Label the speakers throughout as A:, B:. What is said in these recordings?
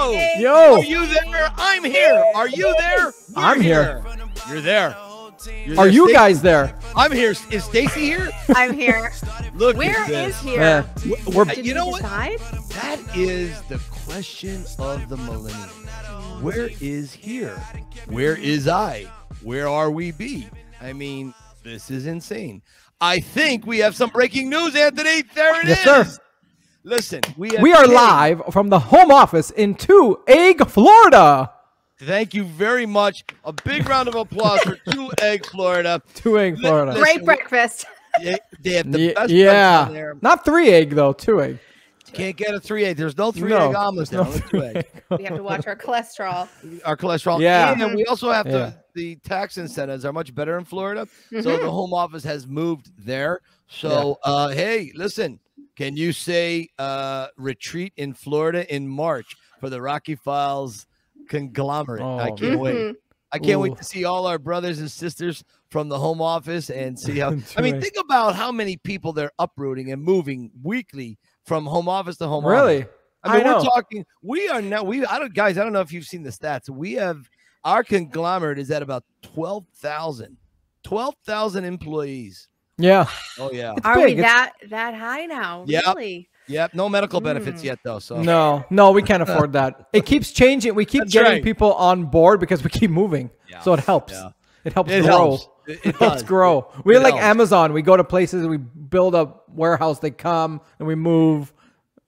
A: Oh,
B: Are you there? I'm here. Are you there? We're
A: I'm here.
B: You're there. You're
A: are
B: there,
A: you
B: Stacy.
A: guys there?
B: I'm here. Is Stacy here?
C: I'm here.
B: Look, at
C: Where
B: this.
C: is here?
A: Yeah. Uh, We're
B: Hey,
C: Did
B: you
C: we
B: know what?
C: decide?
B: That is the question of the millennium. Where is here? Where is I? Where are we be? I mean, this is insane. I think we have some breaking news, Anthony. There it is.
A: Yes, sir.
B: Listen, we have
A: we are
B: Kate.
A: live from the home office in Two Egg, Florida.
B: Thank you very much. A big round of applause for Two Egg Florida.
A: Two Egg, Florida.
C: Great breakfast.
B: They, they have the
A: Ye-
B: best breakfast
A: yeah,
B: there.
A: not three egg though. Two egg.
B: Can't get a three egg. There's no three
A: No,
B: egg omelets.
A: there's
B: there.
A: no
B: Only two egg.
C: We have to watch our cholesterol.
B: our cholesterol.
A: Yeah.
B: And we also have
A: Yeah. Mm-hmm.
B: to, the tax incentives are much better in Florida. So
C: Mhm.
B: the home office has moved there. So, uh, hey, listen, can you say uh, retreat in Florida in March for the Rocky Files conglomerate? I
A: Oh,
B: can't wait.
C: Mhm.
B: I can't
A: Ooh.
B: wait to see all our brothers and sisters from the home office and see how. I mean,
A: Right.
B: think about how many people they're uprooting and moving weekly from home office to home office.
A: Really?
B: I mean,
A: I
B: we're
A: know.
B: talking. We are now. We I don't, guys. I don't know if you've seen the stats. We have our conglomerate is at about 12,000. 12,000 employees.
A: Yeah.
B: Oh yeah.
A: It's
C: Are
A: big.
C: we
A: It's-
C: that that high now?
B: Yep.
C: Really?
B: Yep. No medical benefits
C: Mm.
B: yet though. So
A: No, no, we can't afford that. It keeps changing. We keep
B: That's
A: getting
B: right.
A: people on board because we keep moving.
B: Yeah.
A: So it helps.
B: Yeah.
A: It helps
B: it
A: grow.
B: helps. It, it
A: It helps
B: does.
A: grow. We're
B: it
A: like
B: helps.
A: Amazon. We go to places, we build a warehouse, they come and we move.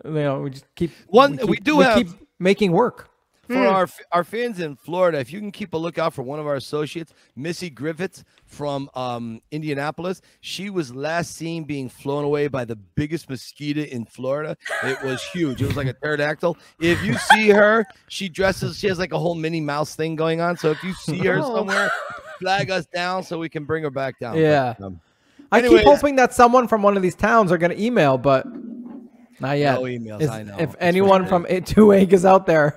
A: You know, we just keep
B: One-
A: keep-
B: we do have-
A: keep making work.
B: For
C: Hmm.
B: our our fans in Florida, if you can keep a lookout for one of our associates, Missy Griffiths from um, Indianapolis, she was last seen being flown away by the biggest mosquito in Florida. It was huge. It was like a pterodactyl. If you see her, she dresses. She has like a whole Minnie Mouse thing going on. So if you see her
C: Oh.
B: somewhere, flag us down so we can bring her back down.
A: Yeah.
B: But, um,
A: I
B: Anyways.
A: keep hoping that someone from one of these towns are going to email, but not yet.
B: emails,
A: Is-
B: I know.
A: If
B: It's
A: anyone from A- Two Egg is out there,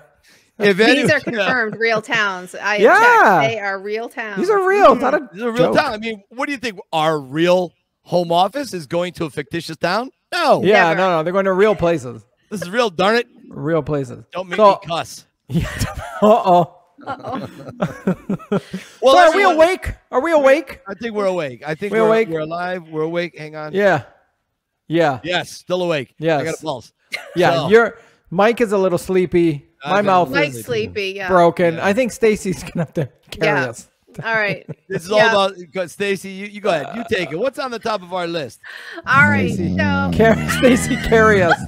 B: if
C: These
B: any-
C: are confirmed real towns. I have
A: Yeah.
C: checked. They are real towns.
A: these are real. It's not a
B: This is a real
A: joke.
B: town. I mean, what do you think? Our real home office is going to a fictitious town? No.
A: Yeah,
C: Never.
A: no, no, they're going to real places.
B: This is real, darn it.
A: Real places.
B: Don't make
A: so,
B: me cuss.
A: Uh oh.
B: Well,
A: are we
B: everyone-
A: awake? Are we awake?
B: I think we're awake. I think
A: We
B: we're,
A: awake?
B: we're alive. We're awake. Hang on.
A: Yeah. Yeah.
B: Yes, still awake. I got
A: Yes.
B: a pulse.
A: Yeah.
B: So-
A: Your Mike is a little sleepy.
B: I've
A: My
B: been
A: mouth
C: Mike's
A: is
C: sleepy. Yeah.
A: broken.
B: Yeah.
A: I think Stacy's gonna have to carry
C: Yeah.
A: us.
C: All right.
B: This is
C: Yeah.
B: all about Stacy. You, you go ahead. You take it. What's on the top of our list?
C: All right.
A: Crazy.
C: So
A: Carry Stacy, carry us.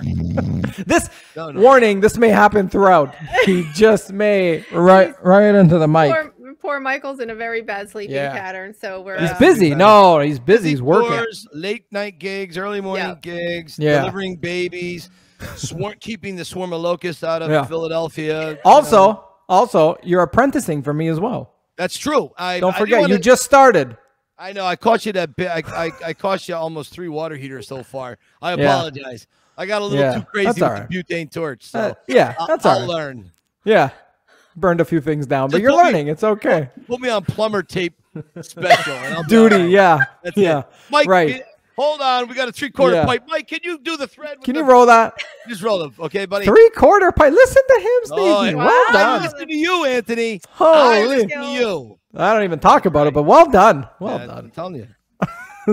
A: this
B: Oh, No, no.
A: warning, this may happen throughout. He just may right right into the mic.
C: poor, poor Michael's in a very bad sleeping
A: Yeah.
C: pattern. So we're
A: He's
C: uh,
A: busy. No, he's busy. He's working.
B: Tours, late night gigs, early morning gigs,
A: Yeah.
B: delivering babies, swarm, keeping the swarm of locusts out of
A: Yeah.
B: Philadelphia. you know.
A: Also, also, you're apprenticing for me as well.
B: that's true. I
A: Don't
B: I do
A: forget, you
B: wanna-
A: just started.
B: I know. I caught you that bit. I, I, I caught you almost three water heaters so far. I
A: Yeah.
B: apologize. I got a little
A: Yeah,
B: too crazy
A: that's
B: with
A: all right.
B: the butane torch. So
A: Uh, yeah,
B: I-
A: that's
B: I'll
A: all right.
B: learn.
A: Yeah. Burned a few things down, but
B: Just
A: you're
B: don't be-
A: learning. It's okay.
B: Put me on plumber tape special. And I'll be all
A: Duty,
B: right.
A: yeah.
B: That's it.
A: Yeah.
B: Mike,
A: right.
B: can- hold on. We got a three quarter
A: Yeah.
B: pipe. Mike, can you do the thread? with
A: Can
B: the-
A: you roll that?
B: Just roll them. Okay, buddy.
A: Three quarter pie. Listen to him, Stevie.
B: Oh, and
A: well
B: I
A: done.
C: Wow.
B: listen to you, Anthony. I
A: Holy.
B: listen to you.
A: I don't even talk about it, but well done. Well
B: Yeah, I'm
A: done.
B: telling you.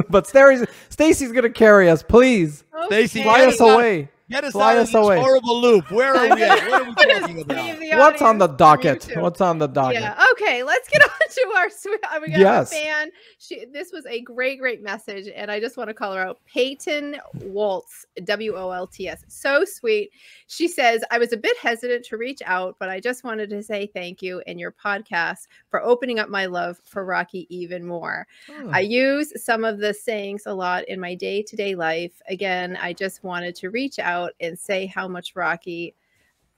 A: but Stacy's, Stacy's going to carry us, please.
C: Oh,
B: Stacey,
A: Fly
B: Yeah,
A: us
B: you gotta-
A: away.
B: Get us
A: Fly
B: out of
A: us
B: this
A: away.
B: horrible loop. Where are we at? What are we talking about?
C: Leave
A: What's on the
C: audience for you
A: docket?
C: two.
A: What's on the docket?
C: Yeah. Okay. Let's get on to our. sw- We got
A: Yes.
C: a fan. She, this was a great, great message, and I just want to call her out. Peyton Waltz, W O L T S. So sweet. She says, "I was a bit hesitant to reach out, but I just wanted to say thank you and your podcast for opening up my love for Rocky even more.
A: Hmm,
C: I use some of the sayings a lot in my day to day life. Again, I just wanted to reach out and say how much Rocky,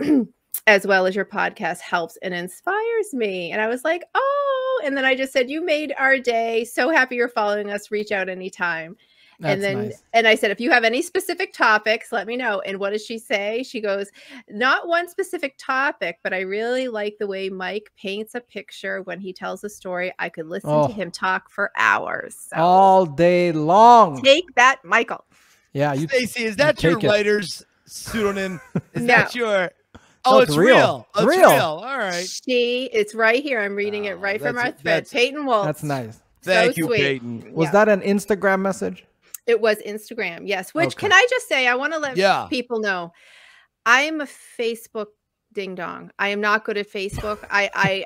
C: as well as your podcast, helps and inspires me. And I was like, oh, and then I just said, you made our day. So happy you're following us. Reach out anytime.
A: That's
C: and then,
A: nice.
C: and I said, if you have any specific topics, let me know. And what does she say? She goes, not one specific topic, but I really like the way Mike paints a picture when he tells a story. I could listen
A: Oh.
C: to him talk for hours. So
A: All day long.
C: take that, Michael.
A: Yeah. Ah, You,
B: Stacy, is that your
A: take it.
B: writer's pseudonym? Is
C: No.
B: that your Oh,
A: No,
B: it's, real. It's real. All right.
C: She, it's right here. I'm reading it
B: Wow,
C: right from
B: that's-
C: our thread.
B: that's-
C: Peyton Wolf.
A: Oh, That's nice.
B: Thank you,
C: sweet.
B: Peyton.
A: Was
C: Yeah.
A: that an Instagram message?
C: It was Instagram, yes. Which
A: Okay.
C: can I just say, I want to let
B: Yeah.
C: people know I am a Facebook ding dong. I am not good at Facebook. I, I,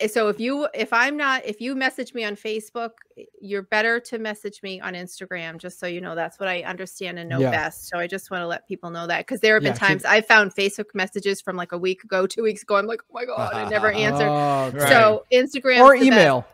C: I, so if you, if I'm not, if you message me on Facebook, you're better to message me on Instagram, just so you know that's what I understand and know
A: Yeah.
C: best. So I just want to let people know that because there have been
A: Yeah, she-
C: times I found Facebook messages from like a week ago, two weeks ago. I'm like, oh my God, I never answered.
A: Oh,
B: Right.
C: So Instagram
A: or email.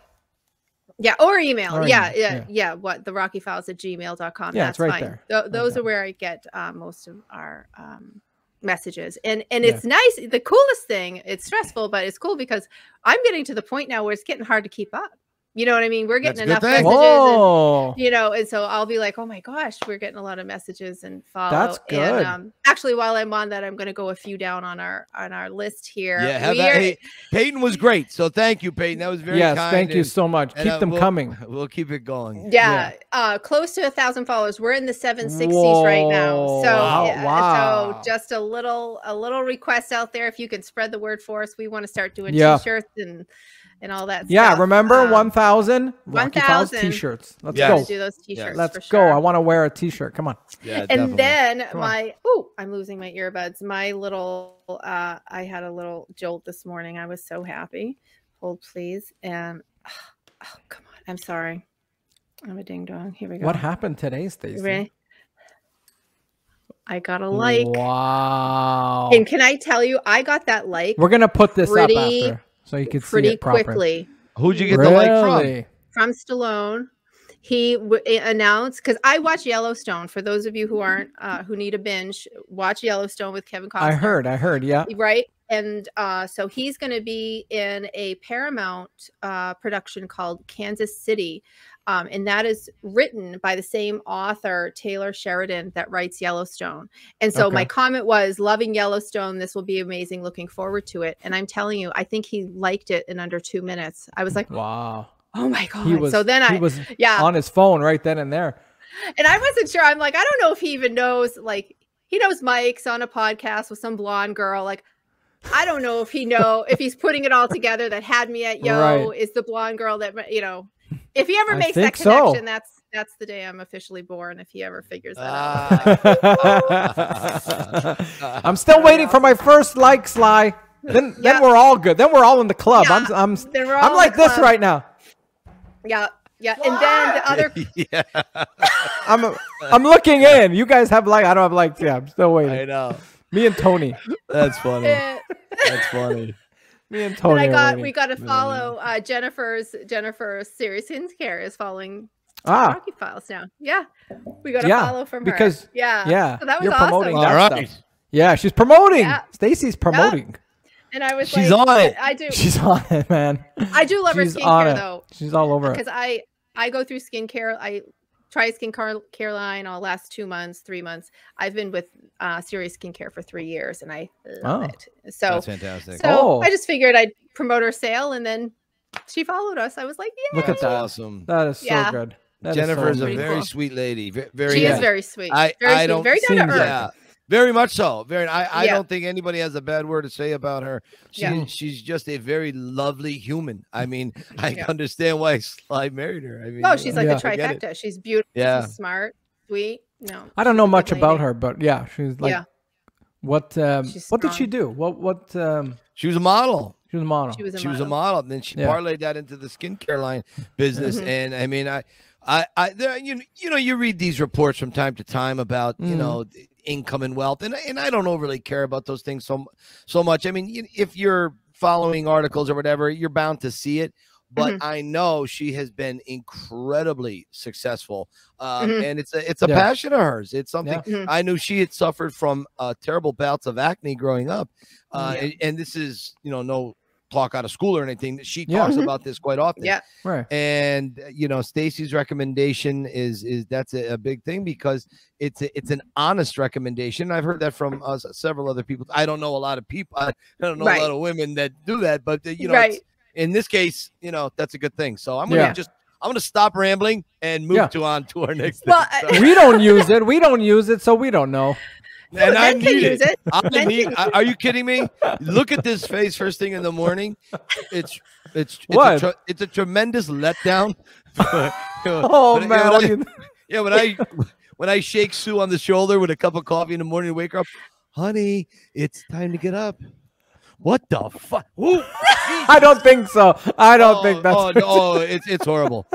C: yeah, or email.
A: Or
C: yeah,
A: email,
C: yeah,
A: yeah.
C: yeah, What the Rocky Files at gmail.com.
A: Yeah, it's
C: That's
A: right
C: fine.
A: there.
C: Tho-
A: Right
C: those
A: there.
C: are where I get uh, most of our um, messages. And and
A: Yeah.
C: it's nice. The coolest thing, it's stressful, but it's cool because I'm getting to the point now where it's getting hard to keep up. You know what I mean? We're
B: That's a
C: getting
B: good
C: enough
B: thing.
C: messages. And,
A: Whoa.
C: you know, and so I'll be like, oh my gosh, we're getting a lot of messages and follow.
A: good.
C: And um, actually, while I'm on that, I'm going to go a few down on our on our list here.
B: Yeah, have
C: We
B: that.
C: are-
B: Hey, Peyton was great. So thank you, Peyton. That was very
A: Yes,
B: kind.
A: thank you
B: and-
A: so much.
B: and,
A: Keep
B: uh,
A: them
B: we'll-
A: coming.
B: We'll keep it going.
C: Yeah, uh, close to a thousand followers. We're in the 760s right now.
A: Whoa,
C: So,
A: wow,
C: yeah,
A: wow.
C: so just a little, a little request out there. If you can spread the word for us, we want to start doing
A: Yeah.
C: t-shirts and and all that.
A: Yeah,
C: stuff.
A: remember
C: Um,
A: 1,000 Rocky Files
C: 1,000.
A: t-shirts. Let's
C: we
B: Yes.
C: gotta
A: go.
C: do those t-shirts.
A: Let's
C: for
A: go.
C: sure.
A: I want to wear a t-shirt. Come on.
B: Yeah,
C: and
B: definitely.
C: then
A: Come on.
C: my oh, I'm losing my earbuds. My little, uh, I had a little jolt this morning. I was so happy. Hold please. And oh, come on. I'm sorry. I'm a ding dong. Here we go.
A: What happened today, Stacey?
C: Right. I got a like.
A: Wow.
C: And can I tell you, I got that like
A: We're going to put this up
C: pretty-
A: after so you can see
C: pretty
A: it properly.
C: quickly
B: Who'd you get
A: really?
B: the like
C: from Stallone. He w- announced because I watch Yellowstone. For those of you who aren't, uh, who need a binge, watch Yellowstone with Kevin Costner.
A: I heard. I heard. Yeah.
C: right? And uh, so he's going to be in a Paramount uh, production called Kansas City. Um, and that is written by the same author, Taylor Sheridan, that writes Yellowstone. And so my
A: Okay.
C: comment was, loving Yellowstone. This will be amazing. Looking forward to it. And I'm telling you, I think he liked it in under two minutes. I was like,
A: Wow.
C: oh my God.
A: Mm-hmm. He was
C: so then
A: he
C: I,
A: was
C: yeah.
A: on his phone right then and there.
C: And I wasn't sure. I'm like, I don't know if he even knows. Like, he knows Mike's on a podcast with some blonde girl. Like, I don't know if he know if he's putting it all together. That had me at yo
A: Right.
C: is the blonde girl that you know. If he ever
A: I
C: makes that
A: think so.
C: connection, that's that's the day I'm officially born. If he ever figures
B: from?
C: that out.
B: Ah.
A: I'm still waiting for my first like, Sly. Then,
C: Yeah.
A: then we're all good. Then we're all in the club. I'm, I'm,
C: Then we're all
A: I'm
C: in
A: like
C: the
A: this
C: club.
A: right now.
C: Yeah, yeah. And then the other
B: yeah,
A: I'm, I'm looking in. You guys have like, I don't have like. Yeah, I'm still
B: I
A: waiting.
B: know.
A: Me and Tony.
B: That's funny.
C: uh,
B: That's funny.
A: Me and
C: that
A: Tony.
C: I
A: are
C: got, we
A: waiting.
C: got to follow uh, Jennifer's Jennifer Serious Care is following
A: ah,
C: Rocky Files now. Yeah, we got to
A: Yeah,
C: follow from her
A: because-
C: yeah,
A: yeah.
C: So that was
A: you're
C: awesome.
A: promoting
B: All
A: that
B: right.
A: stuff. Yeah, she's promoting.
C: Yeah.
A: Stacy's promoting.
C: And I was
B: She's
C: like,
B: on it.
C: I do,
A: She's on it, man.
C: I do love her
A: She's on
C: skincare
A: it.
C: though,
A: She's all over it.
C: because I I go through skincare. I try skincare care line all last two months, three months. I've been with uh, Serious Skincare for three years, and I love
A: Oh.
C: it. So,
B: That's
C: so
B: fantastic.
A: Oh.
C: I just figured I'd promote her sale, and then she followed us. I was like, yeah,
A: Oh, Look at
B: That's
A: that.
B: awesome.
A: That is so
C: Yeah.
A: good. That is so
B: Jennifer is a
A: good.
C: Pretty
B: very
C: cool.
B: sweet lady. ve- Very
C: she is
B: nice.
C: very sweet.
B: I-
C: very
B: I
C: sweet,
B: don't-
C: very down
A: Seems
C: to earth.
A: like
B: Yeah, very much so. Very. I, I
C: Yeah.
B: don't think anybody has a bad word to say about her. She
C: Yeah.
B: she's just a very lovely human. I mean, I
C: Yeah.
B: understand why Sly married her. I mean,
C: No, Oh, she's like
A: Yeah.
C: the
B: I get it.
C: trifecta. She's beautiful.
B: Yeah.
C: She's smart, sweet. No,
A: I don't know much
C: lady.
A: about her, but yeah, she's like,
C: Yeah.
A: what? Um,
C: She's
A: what did she
C: strong.
A: do? What? What? Um,
B: she was a model.
A: she was a model.
C: she was a
B: Oh, she was a
C: model.
B: model. And then she
A: Yeah.
B: parlayed that into the skincare line business.
C: Mhm.
B: And I mean, I, I, I, there, you, you know, you read these reports from time to time about you
A: Mhm.
B: know the income and wealth, and I- and I don't overly care about those things so mu- so much. I mean, you, if you're following articles or whatever, you're bound to see it. But
C: Mm-hmm.
B: I know she has been incredibly successful, um,
C: Mhm.
B: and it's a it's a
A: Yeah.
B: passion of hers. It's something
C: Mhm.
B: I knew she had suffered from uh, terrible bouts of acne growing up, uh,
C: Yeah.
B: and, and this is you know no talk out of school or anything. She
A: Yeah.
B: talks
C: Mhm.
B: about this quite often.
C: Yeah.
A: Right.
B: And uh, you know, Stacy's recommendation is is that's a, a big thing because it's a, it's an honest recommendation. I've heard that from uh, s- several other people. I don't know a lot of people. I don't know a
C: Right.
B: lot of women that do that, but uh, you know,
C: Right.
B: it's- in this case, you know, that's a good thing. So I'm gonna
A: Yeah.
B: just I'm gonna stop rambling and move
A: Yeah.
B: to on to our next.
C: Well, uh,
B: thing.
C: I-
B: So-
A: we don't use it. We don't use it, so we don't know.
B: and I
C: Ben can
B: need it.
C: use it.
B: I
C: Ben
B: need,
C: can
B: I- are you kidding me? Look at this face first thing in the morning. It's it's it's,
A: What?
B: A, tre- it's a tremendous letdown. But, you
A: Oh
B: know, when
A: man, what
B: I-
A: do you-
B: yeah, when I when I shake Sue on the shoulder with a cup of coffee in the morning, to wake her up, honey, it's time to get up. What the fuck?
A: I don't think so. I don't think
B: oh,
A: that's.
B: no, it's it's horrible.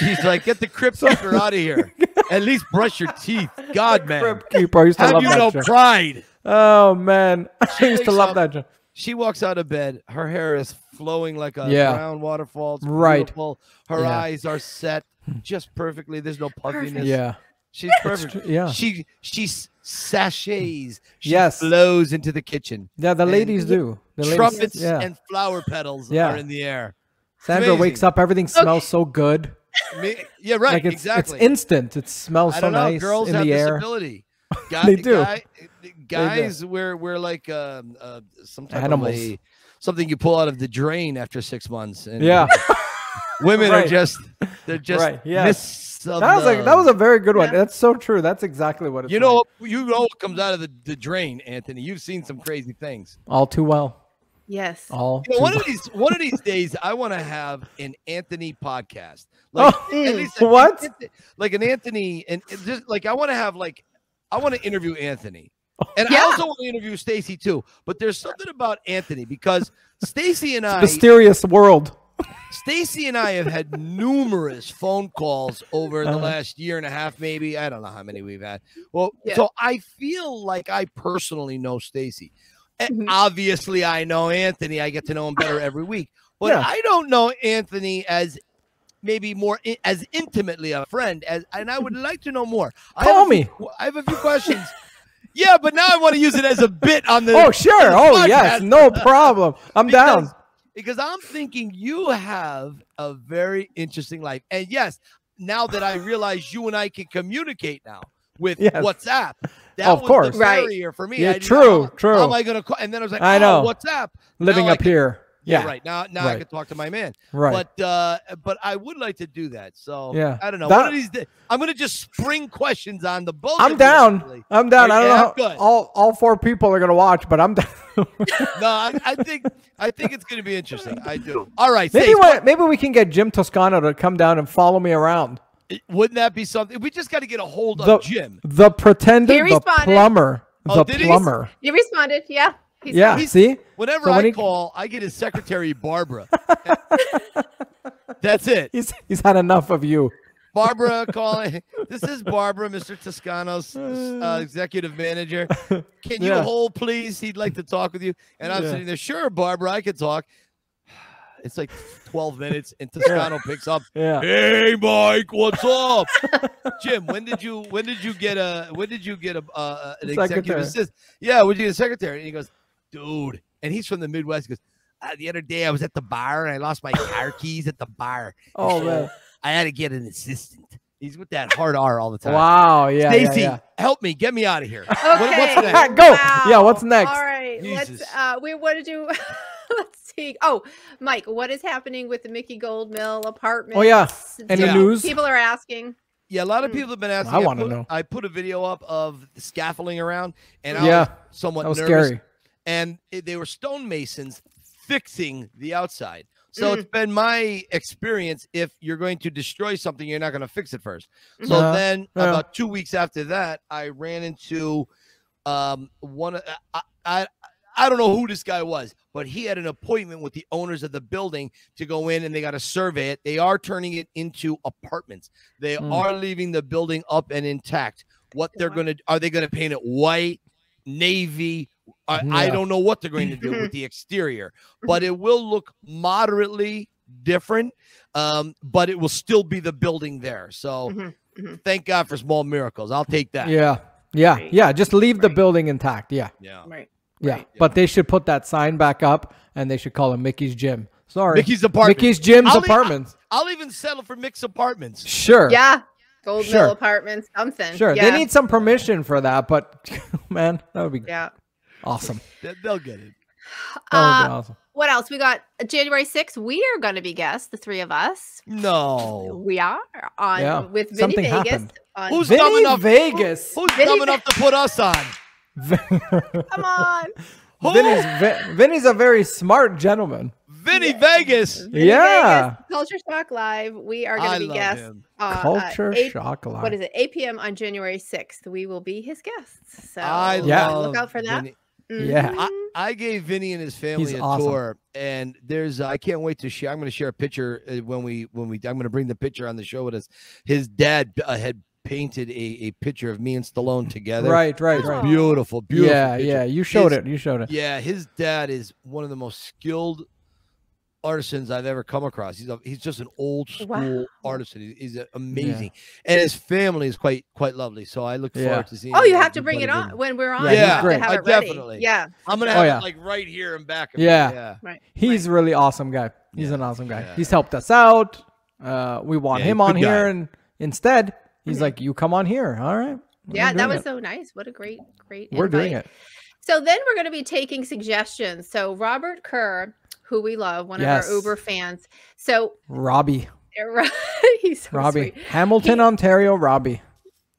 B: She's like, get the crypt keeper out of here. At least brush your teeth. God, man,
A: Crypt Keeper. I used to
B: have
A: love
B: you
A: that
B: no
A: show.
B: pride?
A: Oh man, I
B: She
A: used to
B: wakes
A: love
B: up-
A: that show.
B: She walks out of bed. Her hair is flowing like a
A: Yeah.
B: brown waterfall. It's
A: Right.
B: beautiful. Her
A: Yeah.
B: eyes are set just perfectly. There's no puffiness.
A: Yeah,
B: She's perfect.
A: tr- yeah.
B: She she s- sachets. She
A: Yes.
B: flows into the kitchen.
A: yeah. The
B: And
A: ladies do. The ladies,
B: Trumpets
A: Yeah.
B: and flower petals
A: Yeah.
B: are in the air.
A: Sandra wakes
B: amazing.
A: up. Everything
C: Okay.
A: smells so good.
B: Me- yeah, right.
A: Like it's,
B: exactly.
A: it's instant. It smells
B: I
A: so
B: don't know.
A: nice
B: Girls
A: in
B: have
A: the
B: this
A: air.
B: ability. Guy,
A: They do.
B: guy- guys, we're we're like um, uh, some type
A: Animals.
B: of a, something you pull out of the drain after six months. And
A: Yeah,
B: women
A: Right.
B: are just they're just
A: Right, yeah.
B: mists of
A: that was like that
B: the-
A: was a very good one.
C: Yeah.
A: That's so true. That's exactly what it's
B: you know you know what comes out of the, the drain, Anthony. You've seen some crazy things.
A: like. all too well.
C: Yes.
A: All
B: You know,
A: too
B: one
A: well.
B: of these one of these days, I want to have an Anthony podcast. Like
A: Oh,
B: at least an
A: what?
B: Anthony- like an Anthony, and and just like I want to have like I want to interview Anthony, and I
C: Yeah.
B: also want to interview Stacy too. But there's something about Anthony because Stacy and I,
A: Mysterious world.
B: Stacy and I have had numerous phone calls over the
A: Uh-huh.
B: last year and a half, maybe I don't know how many we've had. Well,
C: Yeah.
B: so I feel like I personally know Stacy. And
A: Mm-hmm.
C: Mhm.
B: Obviously, I know Anthony. I get to know him better every week, but
A: Yeah.
B: I don't know Anthony as maybe more in, as intimately a friend as, and I would like to know more. I have
A: Call
B: a few
A: me.
B: qu- I have a few questions. yeah, but now I want to use it as a bit on the
A: Oh sure. Oh yes.
B: podcast.
A: No problem. I'm
B: Because-
A: down.
B: because I'm thinking you have a very interesting life. And yes, now that I realize you and I can communicate now with
A: Yes.
B: WhatsApp, that
A: Of
B: was
A: course.
B: the
C: Right.
B: barrier for me.
A: Yeah,
B: I didn't know how-
A: true, true.
B: How am I going to call? And then I was like,
A: I
B: I know
A: know.
B: WhatsApp.
A: Living
B: now I
A: up
B: can-
A: here.
B: Yeah,
A: Yeah.
B: right now, now I
A: Right.
B: can talk to my man.
A: Right.
B: But uh, but I would like to do that. So
A: Yeah.
B: I don't know.
A: That-
B: One of these days, I'm going to just spring questions on the boat.
A: I'm down. I'm down. I
B: Okay,
A: don't
B: I'm
A: know. How,
B: good.
A: all all four people are gonna watch, but I'm down.
B: No, I, I think I think it's going to be interesting. I do. All right,
A: maybe
B: Stace,
A: what, maybe we can get Jim Toscano to come down and follow me around.
B: wouldn't that be something? We just got to get a hold
A: The-
B: of Jim.
A: The pretender,
C: He
A: the
C: responded.
A: plumber,
B: Oh,
A: the
B: did he?
A: plumber.
C: You responded. Yeah. He's
A: Yeah.
C: fine.
A: See,
B: Whenever
A: So when
B: I
A: he-
B: call, I get his secretary Barbara. That's it.
A: he's he's had enough of you.
B: Barbara calling. This is Barbara, Mr. Toscano's uh, executive manager. Can you
A: Yeah.
B: hold, please? He'd like to talk with you. And I'm
A: Yeah.
B: sitting there. Sure, Barbara, I can talk. It's like 12 minutes, and Toscano picks up.
A: Yeah.
B: Hey, Mike, what's up, Jim? When did you when did you get a when did you get a uh, an executive
A: Secretary.
B: assistant? Yeah, when did you get a secretary? And he goes, dude, and he's from the Midwest. He goes, uh, the other day I was at the bar and I lost my car keys at the bar.
A: Oh
B: So
A: man.
B: I had to get an assistant. He's with that hard R all the time.
A: Wow. Yeah. yeah,
B: Stacy,
A: yeah.
B: help me, get me out of here.
C: Okay.
B: What- what's next?
A: Go. Yeah, what's next?
C: All right.
B: Jesus.
C: Let's uh we want to do let's see. Oh, Mike, what is happening with the Mickey Gold Mill
A: Oh,
C: apartment?
A: Any
B: Yeah.
A: news?
C: People are asking.
B: Yeah, a lot of
C: Mm.
B: people have been asking.
A: I wanna
B: put-
A: know.
B: I put a video up of the scaffolding around, and I was
A: Yeah.
B: somewhat
A: That was
B: nervous.
A: scary.
B: and it- they were stonemasons fixing the outside. So
A: Mm.
B: it's been my experience if you're going to destroy something, you're not going to fix it first. So
A: Yeah,
B: then,
A: yeah.
B: about two weeks after that, I ran into um, one. of- I, I I don't know who this guy was, but he had an appointment with the owners of the building to go in, and they got to survey it. They are turning it into apartments. They
A: Mm.
B: are leaving the building up and intact. What they're
C: Wow.
B: going to are they going to paint it white, navy? I, I
A: Yeah.
B: don't know what they're going to do with the exterior, but it will look moderately different. Um, but it will still be the building there. So
C: Mhm, mhm.
B: thank God for small miracles. I'll take that.
A: Yeah. Yeah.
C: Right.
A: Yeah. Just leave the
C: Right.
A: building intact. Yeah.
B: Yeah.
C: Right.
A: Yeah.
C: Right.
A: But they should put that sign back up and they should call it Mickey's Gym. Sorry.
B: Mickey's apartment.
A: Mickey's Gym's
B: I'll leave-
A: apartments.
B: I'll even settle for mixed apartments.
A: Sure.
C: Yeah. Gold
A: Sure.
C: Mill apartments, something.
A: Sure.
C: Yeah.
A: They need some permission for that, but man, that would be
C: yeah.
A: awesome.
B: They- They'll get it.
A: That would
C: Uh,
A: be awesome.
C: what else? We got uh, January 6th. We are going to be guests, the three of us.
B: No.
C: We are on
A: Oh. Yeah.
C: with Vinny
A: Something
C: Vegas.
A: happened.
C: On,
B: Who's
A: Vinny
B: dumb enough?
A: Vegas.
B: Who's
C: Vinny
B: dumb
C: Ve-
B: enough to put us on?
C: Come on.
A: Vinny's, Vin- Vinny's a very smart gentleman.
B: Vinny Vegas.
C: Vinny
A: Yeah.
C: Vegas, Culture Shock Live. We are
B: I
C: going to be
B: love
C: guests.
B: him.
C: uh, uh,
A: Culture
C: eight-
A: shock line.
C: What is it? 8 p.m. on January 6th. We will be his guests. So
B: I
A: Yeah.
B: love
C: look out for that.
B: Vinny.
A: Yeah.
C: Mhm.
B: I gave Vinny and his family
A: He's
B: a
A: awesome.
B: tour, and there's uh, I can't wait to share. I'm going to share a picture uh, when we when we I'm going to bring the picture on the show with us. His dad uh, had painted a, a picture of me and Stallone together.
A: Right, right,
B: It's
A: right.
B: Beautiful, beautiful.
A: Yeah,
B: picture.
A: yeah. You showed
B: His-
A: it. You showed it.
B: Yeah, his dad is one of the most skilled artisans I've ever come across. He's a, he's just an old school
C: Wow.
B: artisan. He- He's, a- amazing, and his family is quite quite lovely. So I look
A: Yeah.
B: forward to seeing.
C: Oh, you
B: what
C: have to bring it
B: everybody
C: on
B: did.
C: when we're on.
A: Yeah,
C: you
B: he's
C: have to
A: great.
C: have
B: I
C: it ready.
B: definitely-
C: Yeah.
B: I'm gonna
A: Oh,
B: have
A: yeah.
B: it like right here and back. Of
A: Yeah.
B: Me. yeah.
C: Right.
A: He's really awesome guy. He's
B: Yeah,
A: an awesome guy.
B: yeah.
A: He's helped us out. Uh, we want
B: Yeah, he's
A: him
B: a
A: on
B: good guy.
A: here, and instead, he's like, "You come on here." All right. We're
C: Yeah, that
A: doing
C: was
A: it.
C: so nice. What a great, great.
A: We're doing
C: invite.
A: it.
C: So then we're going to be taking suggestions. So Robert Kerr, who we love, one
A: Yes.
C: of our Uber fans. So
A: Robbie,
C: he's so
A: Robbie,
C: sweet.
A: Hamilton, Ontario, Robbie.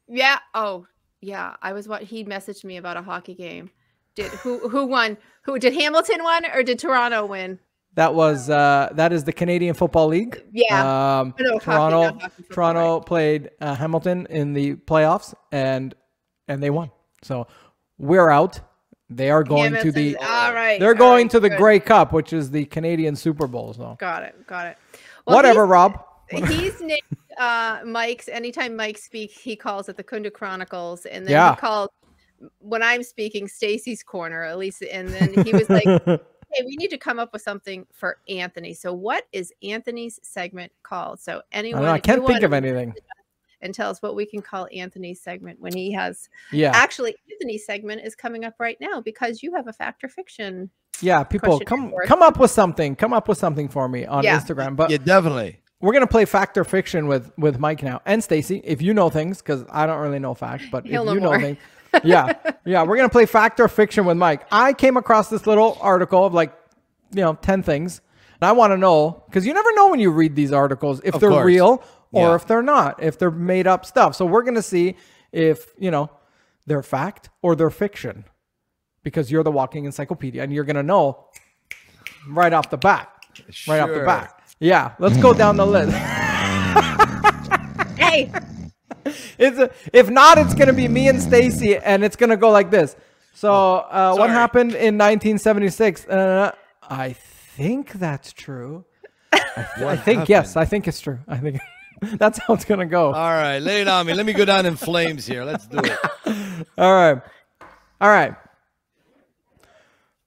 C: Yeah. Oh, yeah. I was what he messaged me about a hockey game. Did who who won? Who did Hamilton won or did Toronto win?
A: That was uh, that is the Canadian Football League.
C: Yeah.
A: Um,
C: No, no, hockey, not
A: Toronto,
C: hockey, football,
A: Toronto played uh, Hamilton in the playoffs, and and they won. So we're out. They are going to the.
C: Hamilton's- all right.
A: They're
C: all
A: going
C: right,
A: to the
C: good.
A: Grey Cup, which is the Canadian Super Bowl. So
C: Got it. Got it.
A: whatever, Rob.
C: He's, he's named uh, Mike's. Anytime Mike speaks, he calls it the Kunda Chronicles, and then
A: Yeah.
C: he calls when I'm speaking Stacy's Corner, at least. And then he was like, "Hey, we need to come up with something for Anthony." So, what is Anthony's segment called?
A: I,
C: So,
A: don't
C: anyone,
A: know, I
C: if you
A: can't think of
C: wanna-
A: anything.
C: and tell us what we can call Anthony's segment when he has
A: Yeah,
C: actually Anthony's segment is coming up right now because you have a fact or fiction.
A: yeah. People,
C: question
A: come
C: mark.
A: come up with something. Come up with something for me on
C: Yeah.
A: Instagram. But
B: yeah, definitely.
A: we're gonna play fact or fiction with with Mike now and Stacy. If you know things, because I don't really know fact, but if
C: He'll know
A: you know
C: more.
A: things, yeah, yeah, we're gonna play fact or fiction with Mike. I came across this little article of like, you know, ten things, and I want to know because you never know when you read these articles if
B: Of
A: they're
B: course.
A: real or
B: Yeah.
A: if they're not, if they're made up stuff. So we're gonna see if you know they're fact or they're fiction, because you're the walking encyclopedia, and you're gonna know right off the bat, right off the
B: Sure.
A: bat. Yeah, let's go down the list.
C: Hey,
A: It's a, if not, it's gonna be me and Stacy, and it's gonna go like this. So, uh, what
B: sorry.
A: happened in 1976? Uh, I think that's true. I think yes. I think it's true. I think that's how it's gonna go.
B: All right, lay it on me. Let me go down in flames here. Let's do it.
A: All right, all right.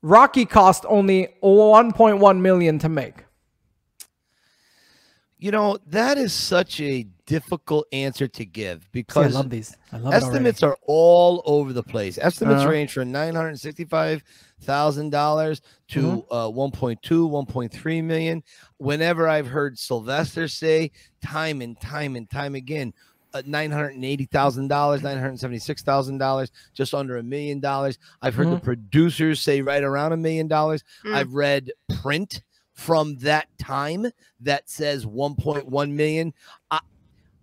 A: Rocky cost only 1.1 million to make.
B: You know that is such a difficult answer to give
A: See, I
B: because
A: love these. I love
B: estimates are all over the place. Estimates
A: Uh-huh.
B: range from nine hundred sixty-five thousand dollars to
A: Mm-hmm.
B: uh, 1.2, 1.3 million. Whenever I've heard Sylvester say time and time and time again, uh, nine hundred eighty thousand dollars, nine hundred seventy-six thousand dollars, just under a million dollars. I've heard
A: Mm-hmm.
B: the producers say right around a million dollars.
C: Mm.
B: I've read print from that time that says 1.1 million. I,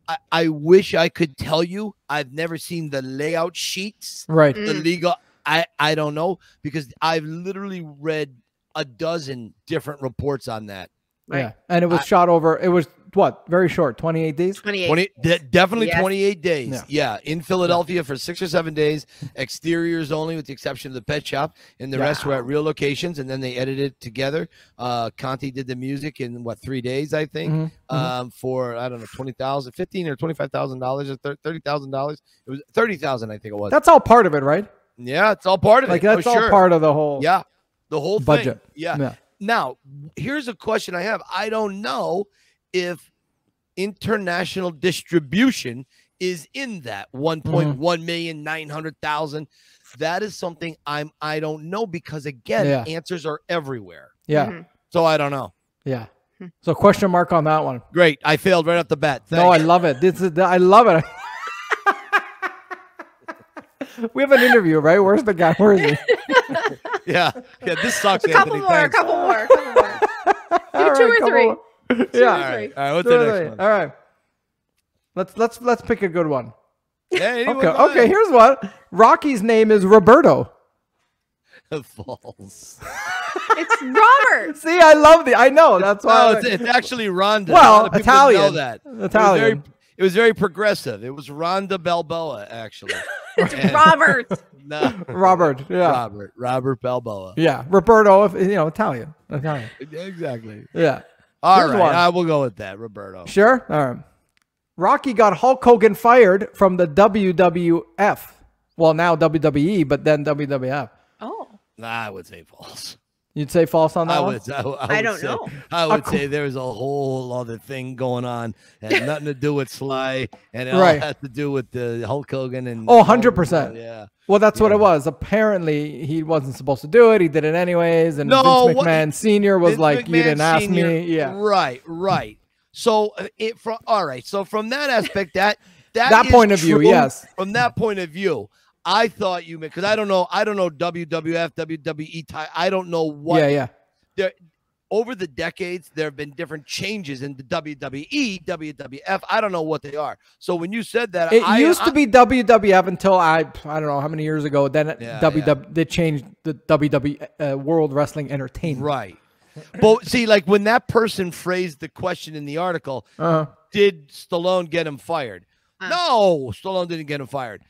B: I, I wish I could tell you. I've never seen the layout sheets,
A: already. right.
C: Mm,
B: the legal. I, I don't know because I've literally read a dozen different reports on that.
C: right.
A: Yeah, and it was
B: Mm-hmm. I-
A: shot over. It was what very short, 28 days.
C: 28.
B: 20, de- definitely
C: Yes.
B: 28 days.
A: Yeah.
B: Yeah. in Philadelphia for six or seven days, exteriors only, with the exception of the pet shop, and the rest were at real locations. And then they edited it together. Uh, Conti did the music in what three days, I think,
A: Mhm, mhm.
B: um, for I don't know, 20,000, 15 or 25,000 dollars or thir- 30,000 dollars. It was 30,000, I think it was.
A: That's all part of it, right?
B: yeah, it's all part of
A: Like
B: it.
A: that's
B: oh,
A: all
B: sure.
A: part of the whole.
B: Yeah, the whole thing.
A: Budget.
B: Yeah.
A: Yeah.
B: Now, here's a question I have. I don't know if international distribution is in that
A: Mm-hmm.
B: 1.1 million 900,000. That is something I'm I don't know because again,
A: Yeah.
B: answers are everywhere.
A: Yeah.
C: Mhm.
B: So I don't know.
A: Yeah. So question mark on that one.
B: Great. I failed right off the bat.
A: No, I
B: Thanks.
A: love it. This is I love it. we have an interview, right? Where's the guy? Where is he?
B: yeah. Yeah, this sucks,
C: A couple
B: Anthony.
C: more, a
B: Thanks.
C: couple more, a couple more.
A: All
C: two or
A: come
C: three.
A: on.
C: or
A: yeah.
B: All
C: three.
B: right. All right, what's
A: Two
B: the
A: or
B: next
A: three.
B: one?
A: All right. Let's let's let's pick a good one.
B: Yeah, anyone
A: Okay,
B: got
A: okay, here's one. Rocky's name is Roberto.
B: it? False.
C: It's Robert.
A: See, I love the. I know that's why. I
B: No,
A: like-
B: it's, it's actually Ronda. a
A: Well,
B: lot of people didn't Know
A: Italian.
B: that It was very-
A: Italian.
B: It was very progressive. It was Ronda Balboa, actually. And-
C: Robert.
B: no,
A: Robert. Yeah.
B: Robert. Robert Balboa.
A: Yeah. Roberto. if- You know, Italian. Italian.
B: Exactly.
A: Yeah.
B: All right,
A: Here's one.
B: I will go with that, Roberto.
A: Sure. All right. Rocky got Hulk Hogan fired from the WWF. Well, now WWE, but then WWF.
C: Oh.
B: Nah, I would say false.
A: You'd say false on that
B: I
A: one.
B: would. I, w- I
C: I
B: would
C: don't
B: say-
C: know.
B: I would
A: cou-
B: say there's a whole other thing going on, had nothing to do with Sly, and it
A: Right.
B: all had to do with the Hulk Hogan and. uh,
A: Oh, 100%.
B: Yeah.
A: Well, that's what
B: Yeah.
A: it was. Apparently, he wasn't supposed to do it. He did it anyways. And
B: No,
A: Vince
B: what-
A: McMahon Senior was
B: Vince
A: like, "You
B: McMahon
A: didn't ask
B: Sr.
A: me." Yeah.
B: Right. Right. So uh, it from all right. So from that aspect, that that,
A: That
B: is
A: point of view,
B: true.
A: yes.
B: From that point of view, I thought you meant because I don't know. I don't know WWF, WWE. E Ty, I don't know what
A: Yeah. Yeah.
B: over the decades, there have been different changes in the E, WWE, WWF. I don't know what they are. So when you said that,
A: It
B: I,
A: used
B: I-
A: to be WWF until I I don't know how many years ago. Then
B: Yeah,
A: WW
B: yeah.
A: they changed the WWE uh, World Wrestling Entertainment.
B: right. But see, like when that person phrased the question in the article,
A: Uh-huh.
B: did Stallone get him fired?
C: Uh.
B: No, Stallone didn't get him fired.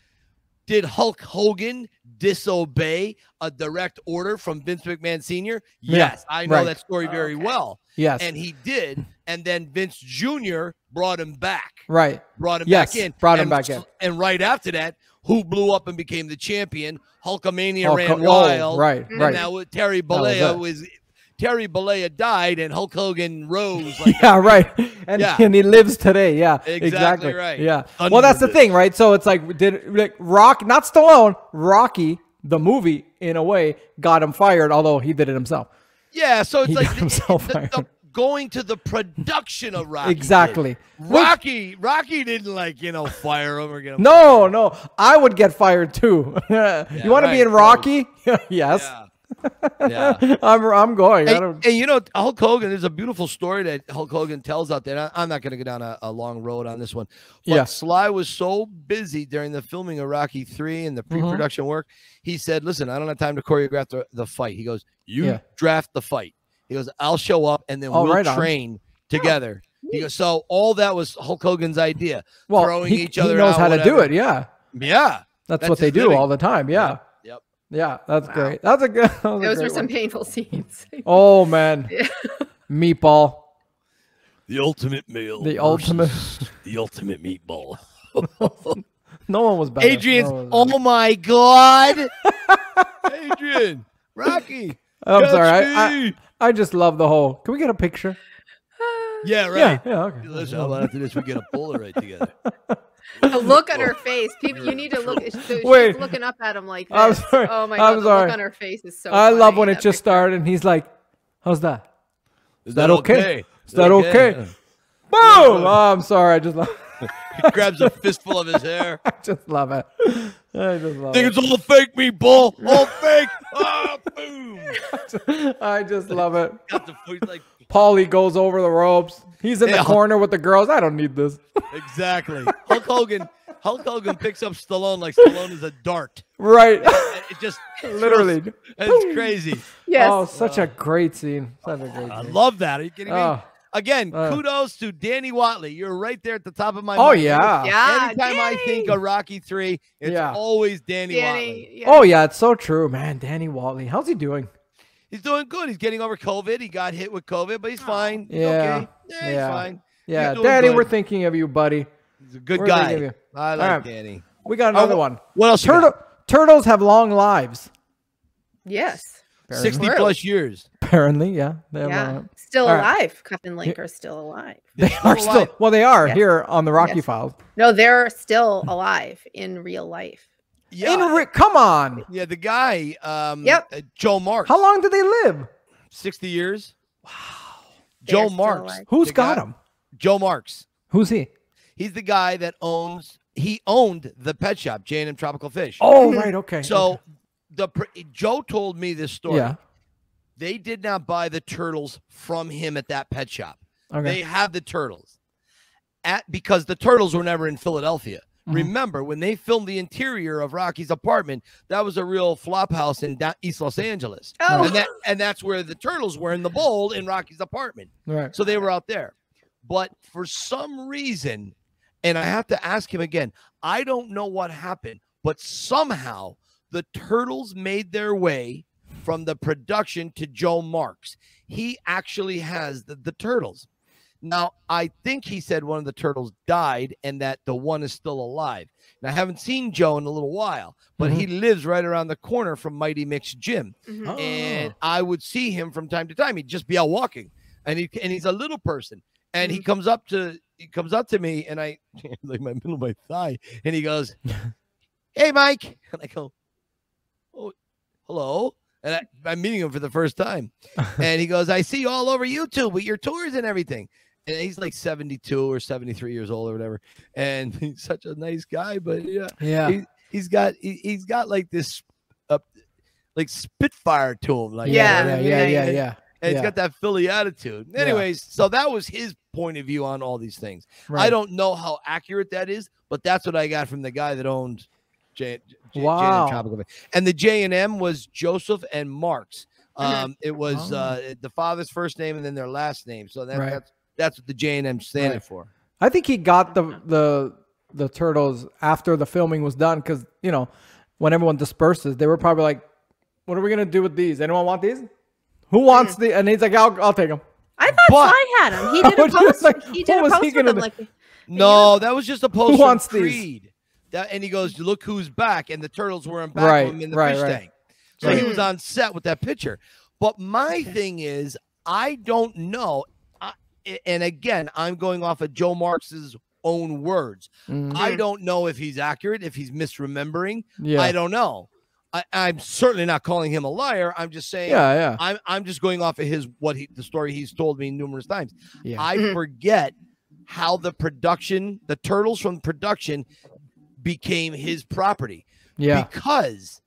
B: Did Hulk Hogan disobey a direct order from Vince McMahon Sr.?
A: Yeah,
B: Yes, I know
A: right.
B: that story very
C: Okay.
B: well.
A: Yes.
B: And he did. And then Vince Jr. brought him back.
A: right.
B: brought him back
A: Yes,
B: in.
A: brought him
B: and,
A: back in.
B: And right after that, who blew up and became the champion? Hulkamania
A: Oh,
B: ran
A: co- oh,
B: wild.
A: right.
C: and
A: Right.
B: Now with Terry
A: was
B: Bollea
A: it.
B: was, Terry Bollea died, and Hulk Hogan rose. Like
A: yeah, right. And,
B: Yeah.
A: and he lives today. Yeah,
B: Exactly
A: exactly,
B: right.
A: Yeah. Well, that's the
B: Unreal.
A: thing, right? So it's like did like Rock, not Stallone, Rocky, the movie in a way got him fired, although he did it himself.
B: yeah, so it's
A: He
B: like
A: got
B: the-
A: himself
B: the- the-
A: fired.
B: going to the production of Rocky. Ah, did.
A: Exactly. Which-
B: Rocky, Rocky didn't like you know fire him or get him.
A: No, no, I would get fired too. you want to
B: right,
A: be in
B: right.
A: Rocky? yes.
B: Yeah. yeah.
A: I'm I'm going. I
B: And,
A: don't,
B: and you know, Hulk Hogan, there's a beautiful story that Hulk Hogan tells out there. and I, am not going to go down a, a long road on this one. But
A: Yeah.
B: Sly was so busy during the filming of Rocky 3 and the
A: Mm-hmm.
B: pre production work. He said, Listen, I don't have time to choreograph the, the fight. He goes, You
A: Yeah.
B: draft the fight. He goes, I'll show up and then
A: Oh,
B: we'll
A: right on.
B: train together. He goes, So all that was Hulk Hogan's idea.
A: well,
B: throwing
A: he,
B: each
A: he
B: other
A: knows
B: out,
A: how to do
B: whatever.
A: it. Yeah,
B: Yeah.
A: that's,
B: That's
A: what they
B: his
A: do
B: living.
A: all the time. Yeah,
B: Yep.
A: yeah, that's great. That's a good. that was a
C: Those
A: great
C: were some
A: one.
C: painful scenes.
A: Oh man, meatball.
B: The ultimate meal.
A: The ultimate-
B: versus The ultimate meatball.
A: No one was better.
B: Adrian's,
A: No one was better.
B: oh my God. Adrian, Rocky.
A: Oh, I'm sorry.
B: catch
A: I,
B: me.
A: I I just love the whole. Can we get a picture?
B: Yeah, right.
A: Yeah. Yeah. Okay.
B: Listen, how about after this, we get a Polaroid together?
C: A look on her face. People, you need to look. So
A: Oh. Wait.
C: she's looking up at him like this.
A: I'm sorry.
C: Oh my god,
A: I'm
C: the
A: sorry.
C: look on her face is so.
A: I love
C: funny,
A: when it
C: that
A: just started and he's like, "How's that?
B: Is
A: that okay? Is that okay? Boom! Oh, I'm sorry. I just love.
B: He grabs a fistful of his hair.
A: I just love it. I just love
B: Think
A: it.
B: it's all fake, me bull. All fake. Ah, boom.
A: I just love it.
B: Got the food like
A: Paulie goes over the ropes. He's in
B: Yeah.
A: the corner with the girls. I don't need this.
B: exactly. Hulk Hogan. Hulk Hogan picks up Stallone like Stallone is a dart.
A: Right.
B: And It just
A: Literally.
B: throws- It's crazy.
C: Yes.
A: Oh, such a great scene. Such a great
B: I
A: scene.
B: love that. Are you kidding me?
A: Oh.
B: Again,
A: Uh.
B: kudos to Danny Watley. You're right there at the top of my.
A: Oh,
B: mind.
A: yeah.
C: yeah.
B: Anytime I think of Rocky Three, it's
A: Yeah.
B: always Danny,
C: Danny.
B: Watley.
C: yeah.
A: Oh yeah, it's so true, man. Danny Watley, how's he doing?
B: He's doing good. He's getting over COVID. He got hit with COVID, but he's fine. He's
A: Yeah.
B: okay. yeah, he's
A: Yeah.
B: fine.
A: Yeah,
B: You're doing
A: Danny,
B: good.
A: we're thinking of you, buddy.
B: He's a good
A: We're
B: guy.
A: thinking of you.
B: I like
A: All right.
B: Danny.
A: We got another
B: wh-
A: one.
B: What else? you Oh, got?
A: Turtle, turtles have long lives.
C: Yes.
B: Sixty
C: Really?
B: plus years.
A: Apparently, yeah. They have long
C: Yeah.
A: lives.
C: Still
A: All right.
C: alive. Cuff and Link are still alive.
A: They are
B: still
A: still
B: alive.
A: well. They are
C: Yes.
A: here on the Rocky
C: Yes.
A: Files.
C: No, they're still alive in real life.
A: In
B: Yeah.
A: re- come on,
B: yeah. The guy. Um,
C: Yep.
B: uh, Joe Marks.
A: how long did they live?
B: Sixty years.
C: They
B: Joe
C: are still
B: Marks.
C: alive.
A: Who's
B: The
A: got
B: guy-
A: him?
B: Joe Marks.
A: Who's he?
B: He's the guy that owns. He owned the pet shop, J and M Tropical Fish.
A: Oh, right. Okay.
B: So
A: okay.
B: the pr- Joe told me this story.
A: yeah.
B: They did not buy the turtles from him at that pet shop.
A: Okay.
B: They have the turtles at because the turtles were never in Philadelphia.
A: Mhm.
B: Remember when they filmed the interior of Rocky's apartment? That was a real flop house in da- East Los Angeles,
C: Oh,
B: and that and that's where the turtles were in the bowl in Rocky's apartment.
A: Right.
B: So they were out there. But for some reason, and I have to ask him again, I don't know what happened, but somehow the turtles made their way from the production to Joe Marks. He actually has the, the turtles. Now, I think he said one of the turtles died and that the one is still alive. Now, I haven't seen Joe in a little while, but he lives right around the corner from Mighty Mix Gym
C: mhm.
A: Oh.
B: and I would see him from time to time. He'd just be out walking, and he and he's a little person, and he comes up to he comes up to me, and I like my middle of my thigh, and he goes, "Hey, Mike," and I go, "Oh, hello," and I, I'm meeting him for the first time, and he goes, "I see you all over YouTube with your tours and everything." And he's like 72 or 73 years old or whatever, and he's such a nice guy, but yeah,
A: Yeah.
B: he's got he, he's got like this uh, like spitfire to him like
C: Yeah.
A: Yeah. Yeah. Yeah.
C: yeah,
A: yeah.
B: and he's
A: yeah.
B: got that philly attitude
A: Yeah.
B: anyways so that was his point of view on all these things i
A: Right.
B: don't know how accurate that is but that's what i got from the guy that owned j, j, J and
A: Wow.
B: Tropical Bay. and the j and m was joseph and marks
C: Mhm.
B: um it was
A: Oh.
B: uh the father's first name and then their last name so that,
A: Right.
B: that's that's what the j and m standing
A: Right.
B: for
A: I think he got the the the turtles after the filming was done because you know when everyone disperses, they were probably like, "What are we gonna do with these? Anyone want these? Who
C: Mm.
A: wants the?" And he's like, "I'll, I'll take them."
C: I thought
B: But-
C: Sly had him. He
A: I
C: did a
A: was just
C: post.
A: like,
C: he
A: what
C: did a
A: was he
C: post with
A: gonna
C: him.
A: do?
C: Like,
B: No, that was just a post from
A: wants these?
B: Creed. That and he goes, "Look who's back!" And the turtles were in back
A: Right,
B: of him in the
A: right,
B: fish
A: right.
B: tank. So he
A: Right.
B: was on set with that picture. But my thing is, I don't know. I, and again, I'm going off of Joe Marx's own words. I
A: Mm,
C: Mhm.
B: don't know if he's accurate, if he's misremembering.
A: yeah.
B: I don't know. I, I'm certainly not calling him a liar. I'm just saying.
A: yeah. Yeah.
B: I'm I'm just going off of his what he the story he's told me numerous times.
A: Yeah.
B: I
C: Mhm.
B: forget how the production, the turtles from production, became his property
A: Yeah.
B: because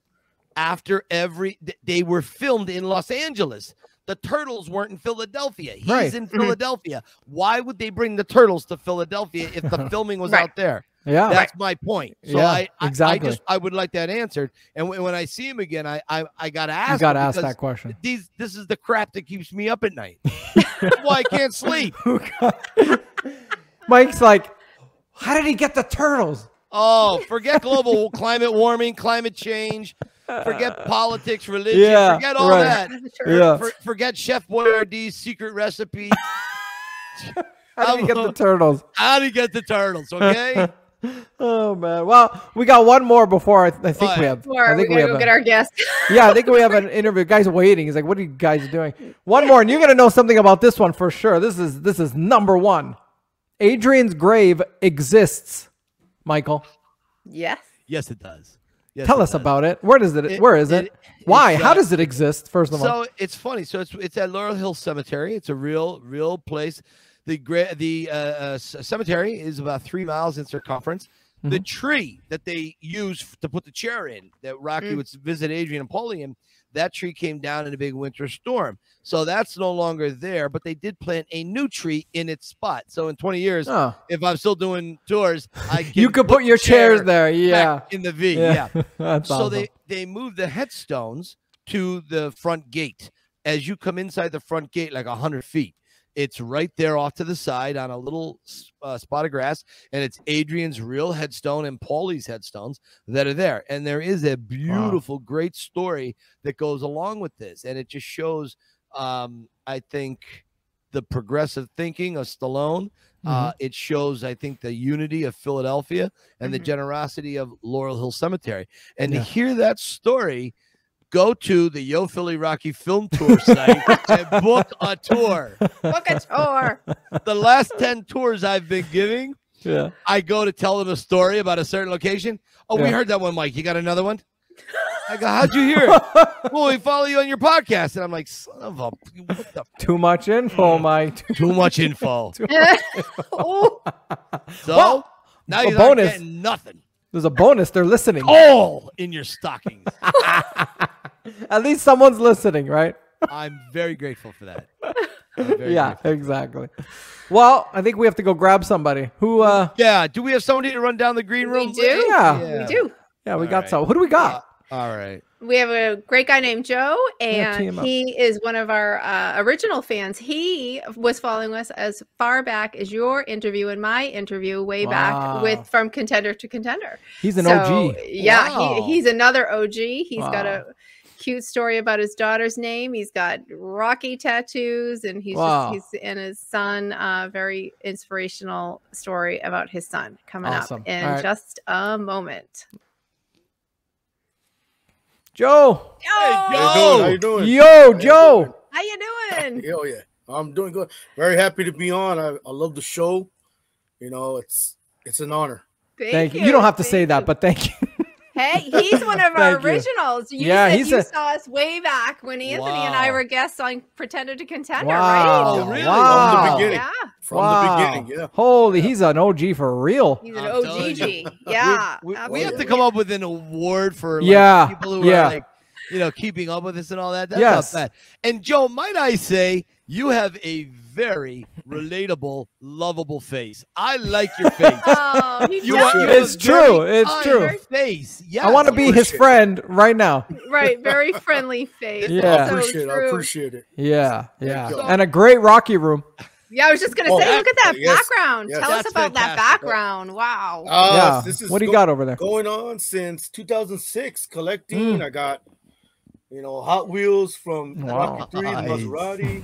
B: after every th- they were filmed in Los Angeles. The turtles weren't in Philadelphia. He's
A: Right.
B: in
C: Mhm.
B: Philadelphia. Why would they bring the turtles to Philadelphia if the filming was
C: Right.
B: out there?
A: Yeah.
B: That's my point. So
A: Oh. Yeah,
B: I, I,
A: exactly.
B: I just I would like that answered. And when, when I see him again, I I, I gotta ask.
A: you gotta
B: him
A: ask
B: because
A: that question.
B: these this is the crap that keeps me up at night. That's why I can't sleep.
A: Mike's like, "How did he get the turtles?"
B: Oh, forget global climate warming, climate change, forget politics, religion,
A: Uh. Yeah,
B: forget all
A: right.
B: that.
C: the turtle.
A: Yeah.
B: For, forget Chef Boyardee's secret recipe.
A: How did he get the turtles?
B: How to get the turtles? Okay,
A: Oh man. Well, we got one more before I, I think
B: What?
A: we have.
C: Or
A: I
C: we
A: think
C: gotta
A: have
C: go
A: a-
C: get our guest.
A: yeah, I think we have an interview. Guys waiting. He's like, "What are you guys doing?" One more, and you're gonna know something about this one for sure. This is this is number one. Adrian's grave exists, Michael.
C: yes.
B: yes, it does. Yes,
A: Tell
B: it
A: us
B: does.
A: about it. Where does it?
B: It-
A: where is it?
B: it-
A: Why?
B: it's,
A: How
B: uh,
A: does it exist? First of all,
B: So it's funny. So it's it's at Laurel Hill Cemetery. It's a real real place. The gra- the uh, uh, s- cemetery is about three miles in circumference.
A: Mm-hmm.
B: The tree that they use f- to put the chair in that Rocky
C: Mm.
B: would s- visit Adrian and Paulie in, that tree came down in a big winter storm. So that's no longer there. But they did plant a new tree in its spot. So in 20 years,
A: Oh.
B: if I'm still doing tours, I can
A: you could put your chairs
B: chair
A: there. Yeah.
B: back in the V. yeah.
A: Yeah. That's
B: So
A: awesome.
B: they they moved the headstones to the front gate. As you come inside the front gate, like hundred feet, it's right there off to the side on a little s- uh, spot of grass, and it's Adrian's real headstone and Paulie's headstones that are there. And there is a beautiful, great story that goes along with this, and it just shows, um, I think, the progressive thinking of Stallone. Uh,
A: Mm-hmm.
B: it shows, I think, the unity of Philadelphia and the
C: Mhm.
B: generosity of Laurel Hill Cemetery. And
A: Mm-hmm. Yeah.
B: to hear that story, go to the Yo Philly Rocky Film Tour site and book a tour.
C: Book a tour.
B: The last 10 tours I've been giving,
A: Mm-hmm. yeah.
B: I go to tell them a story about a certain location. Oh,
A: Yeah.
B: we heard that one, Mike. You got another one? I go, how'd you hear it? well, we follow you on your podcast. And I'm like, son of a, what the,
A: Too much
B: Mm.
A: info, Mike.
B: too much info.
C: oh,
B: So
A: Well,
B: now
A: a
B: you're
A: bonus.
B: not getting nothing.
A: There's a bonus. They're listening.
B: Oh. all in your stockings.
A: At least someone's listening, right?
B: I'm very grateful for that. Very
A: yeah,
B: good.
A: exactly. Well, I think we have to go grab somebody. Who? uh
B: Yeah. Do we have somebody to run down the green room?
C: We do.
A: Yeah.
C: We do.
A: Yeah, we
B: All
A: got
B: right.
A: some. Who do we got?
B: All right.
C: We have a great guy named Joe,
A: Yeah,
C: and
A: team up.
C: he is one of our uh, original fans. He was following us as far back as your interview and my interview way back
A: Wow.
C: with from contender to contender.
A: He's an
C: So,
A: OG.
C: Yeah,
B: Wow.
C: he, he's another OG. He's got
A: Wow.
C: a cute story about his daughter's name. He's got Rocky tattoos, and he's
A: Wow.
C: just, he's and his son. Uh, very inspirational story about his son coming
A: Awesome.
C: up in
A: All right.
C: just a moment.
A: Joe.
B: Joe.
D: How you doing?
A: Yo, Joe.
C: Oh, how you doing?
D: Oh yeah, I'm doing good. Very happy to be on. I, I love the show. You know, it's it's an honor.
A: Thank you. You don't have to say
C: thank
A: that,
C: you.
A: but thank you.
C: Hey, he's one of our
A: Thank you.
C: originals. You
A: Yeah,
C: said
A: he's
C: you
A: a-
C: saw us way back when Anthony and I
B: Wow.
C: were guests on Pretender to Contender,
A: Wow.
C: right?
B: Oh, really?
A: Wow.
D: From the beginning.
C: Yeah,
D: From
A: wow.
D: the beginning, yeah.
A: Holy, he's an OG for real.
C: he's an
B: I'm telling you.
C: OGG. Yeah,
B: We, we
D: Oh,
B: have
D: yeah.
B: to come up with an award for like,
A: Yeah,
B: people who
A: yeah.
B: are like, you know, keeping up with us and all that. That's
A: Yes.
B: not bad. And Joe, might I say, you have a very relatable, lovable face. I like your face.
C: Oh, he
B: You
C: does.
B: are, you have a
A: It's
B: very
A: true. It's
B: kind
A: true.
B: Face. Yes.
A: I want to be his
D: appreciate it.
A: friend right now.
C: right, very friendly face.
A: Yeah.
D: I
A: That's
D: appreciate it. I
C: true.
D: appreciate it.
A: Yeah,
D: Thank
A: yeah.
D: you.
A: And a great Rocky room.
C: Yeah, I was just gonna
D: Oh,
C: say, look at that
D: yes,
C: background.
D: yes.
C: Tell us
B: That's
C: about that
B: fantastic.
C: background. Wow.
D: Uh,
A: yeah.
D: This is
A: What do you
D: go-
A: got over there?
D: going on since 2006. Collecting.
A: Mm.
D: I got you know Hot Wheels from
A: Wow.
D: Rocky Three,
B: Nice.
D: Maserati.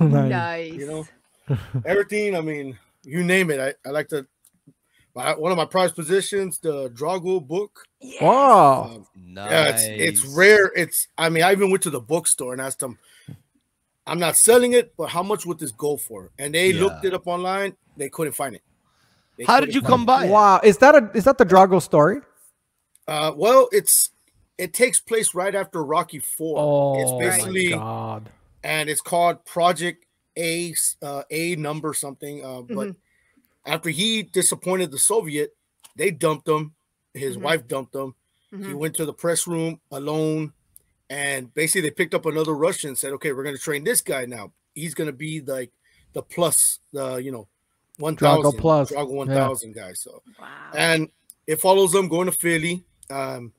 A: Nice.
C: nice.
D: you know, everything. I mean, you name it. I, I like to. My, one of my prized positions, the Drago book.
C: Yes.
A: Wow.
D: Um,
B: Nice.
D: Yeah, it's it's rare. It's I mean, I even went to the bookstore and asked them, I'm not selling it, but how much would this go for? And they looked
B: Yeah.
D: it up online, they couldn't find it. They
B: How did
D: couldn't
B: you
D: find
B: come
D: it.
B: by? it?
A: Wow. Is that a is that the Drago story?
D: Uh well, it's it takes place right after Rocky Four. it's
A: Oh
D: basically
A: my god.
D: and it's called Project A s- uh, A number something. Uh, but
B: Mm-hmm.
D: after he disappointed the Soviet, they dumped him. His
C: Mhm.
B: Mm-hmm.
D: wife dumped him. He
C: Mhm.
D: went to the press room alone, and basically they picked up another Russian. and Said, "Okay, we're going to train this guy now. He's going to be like the plus, the you know, one thousand
A: plus,
D: Drago one
A: yeah.
D: thousand guy." So
C: Wow.
D: and it follows him going to Philly. Um,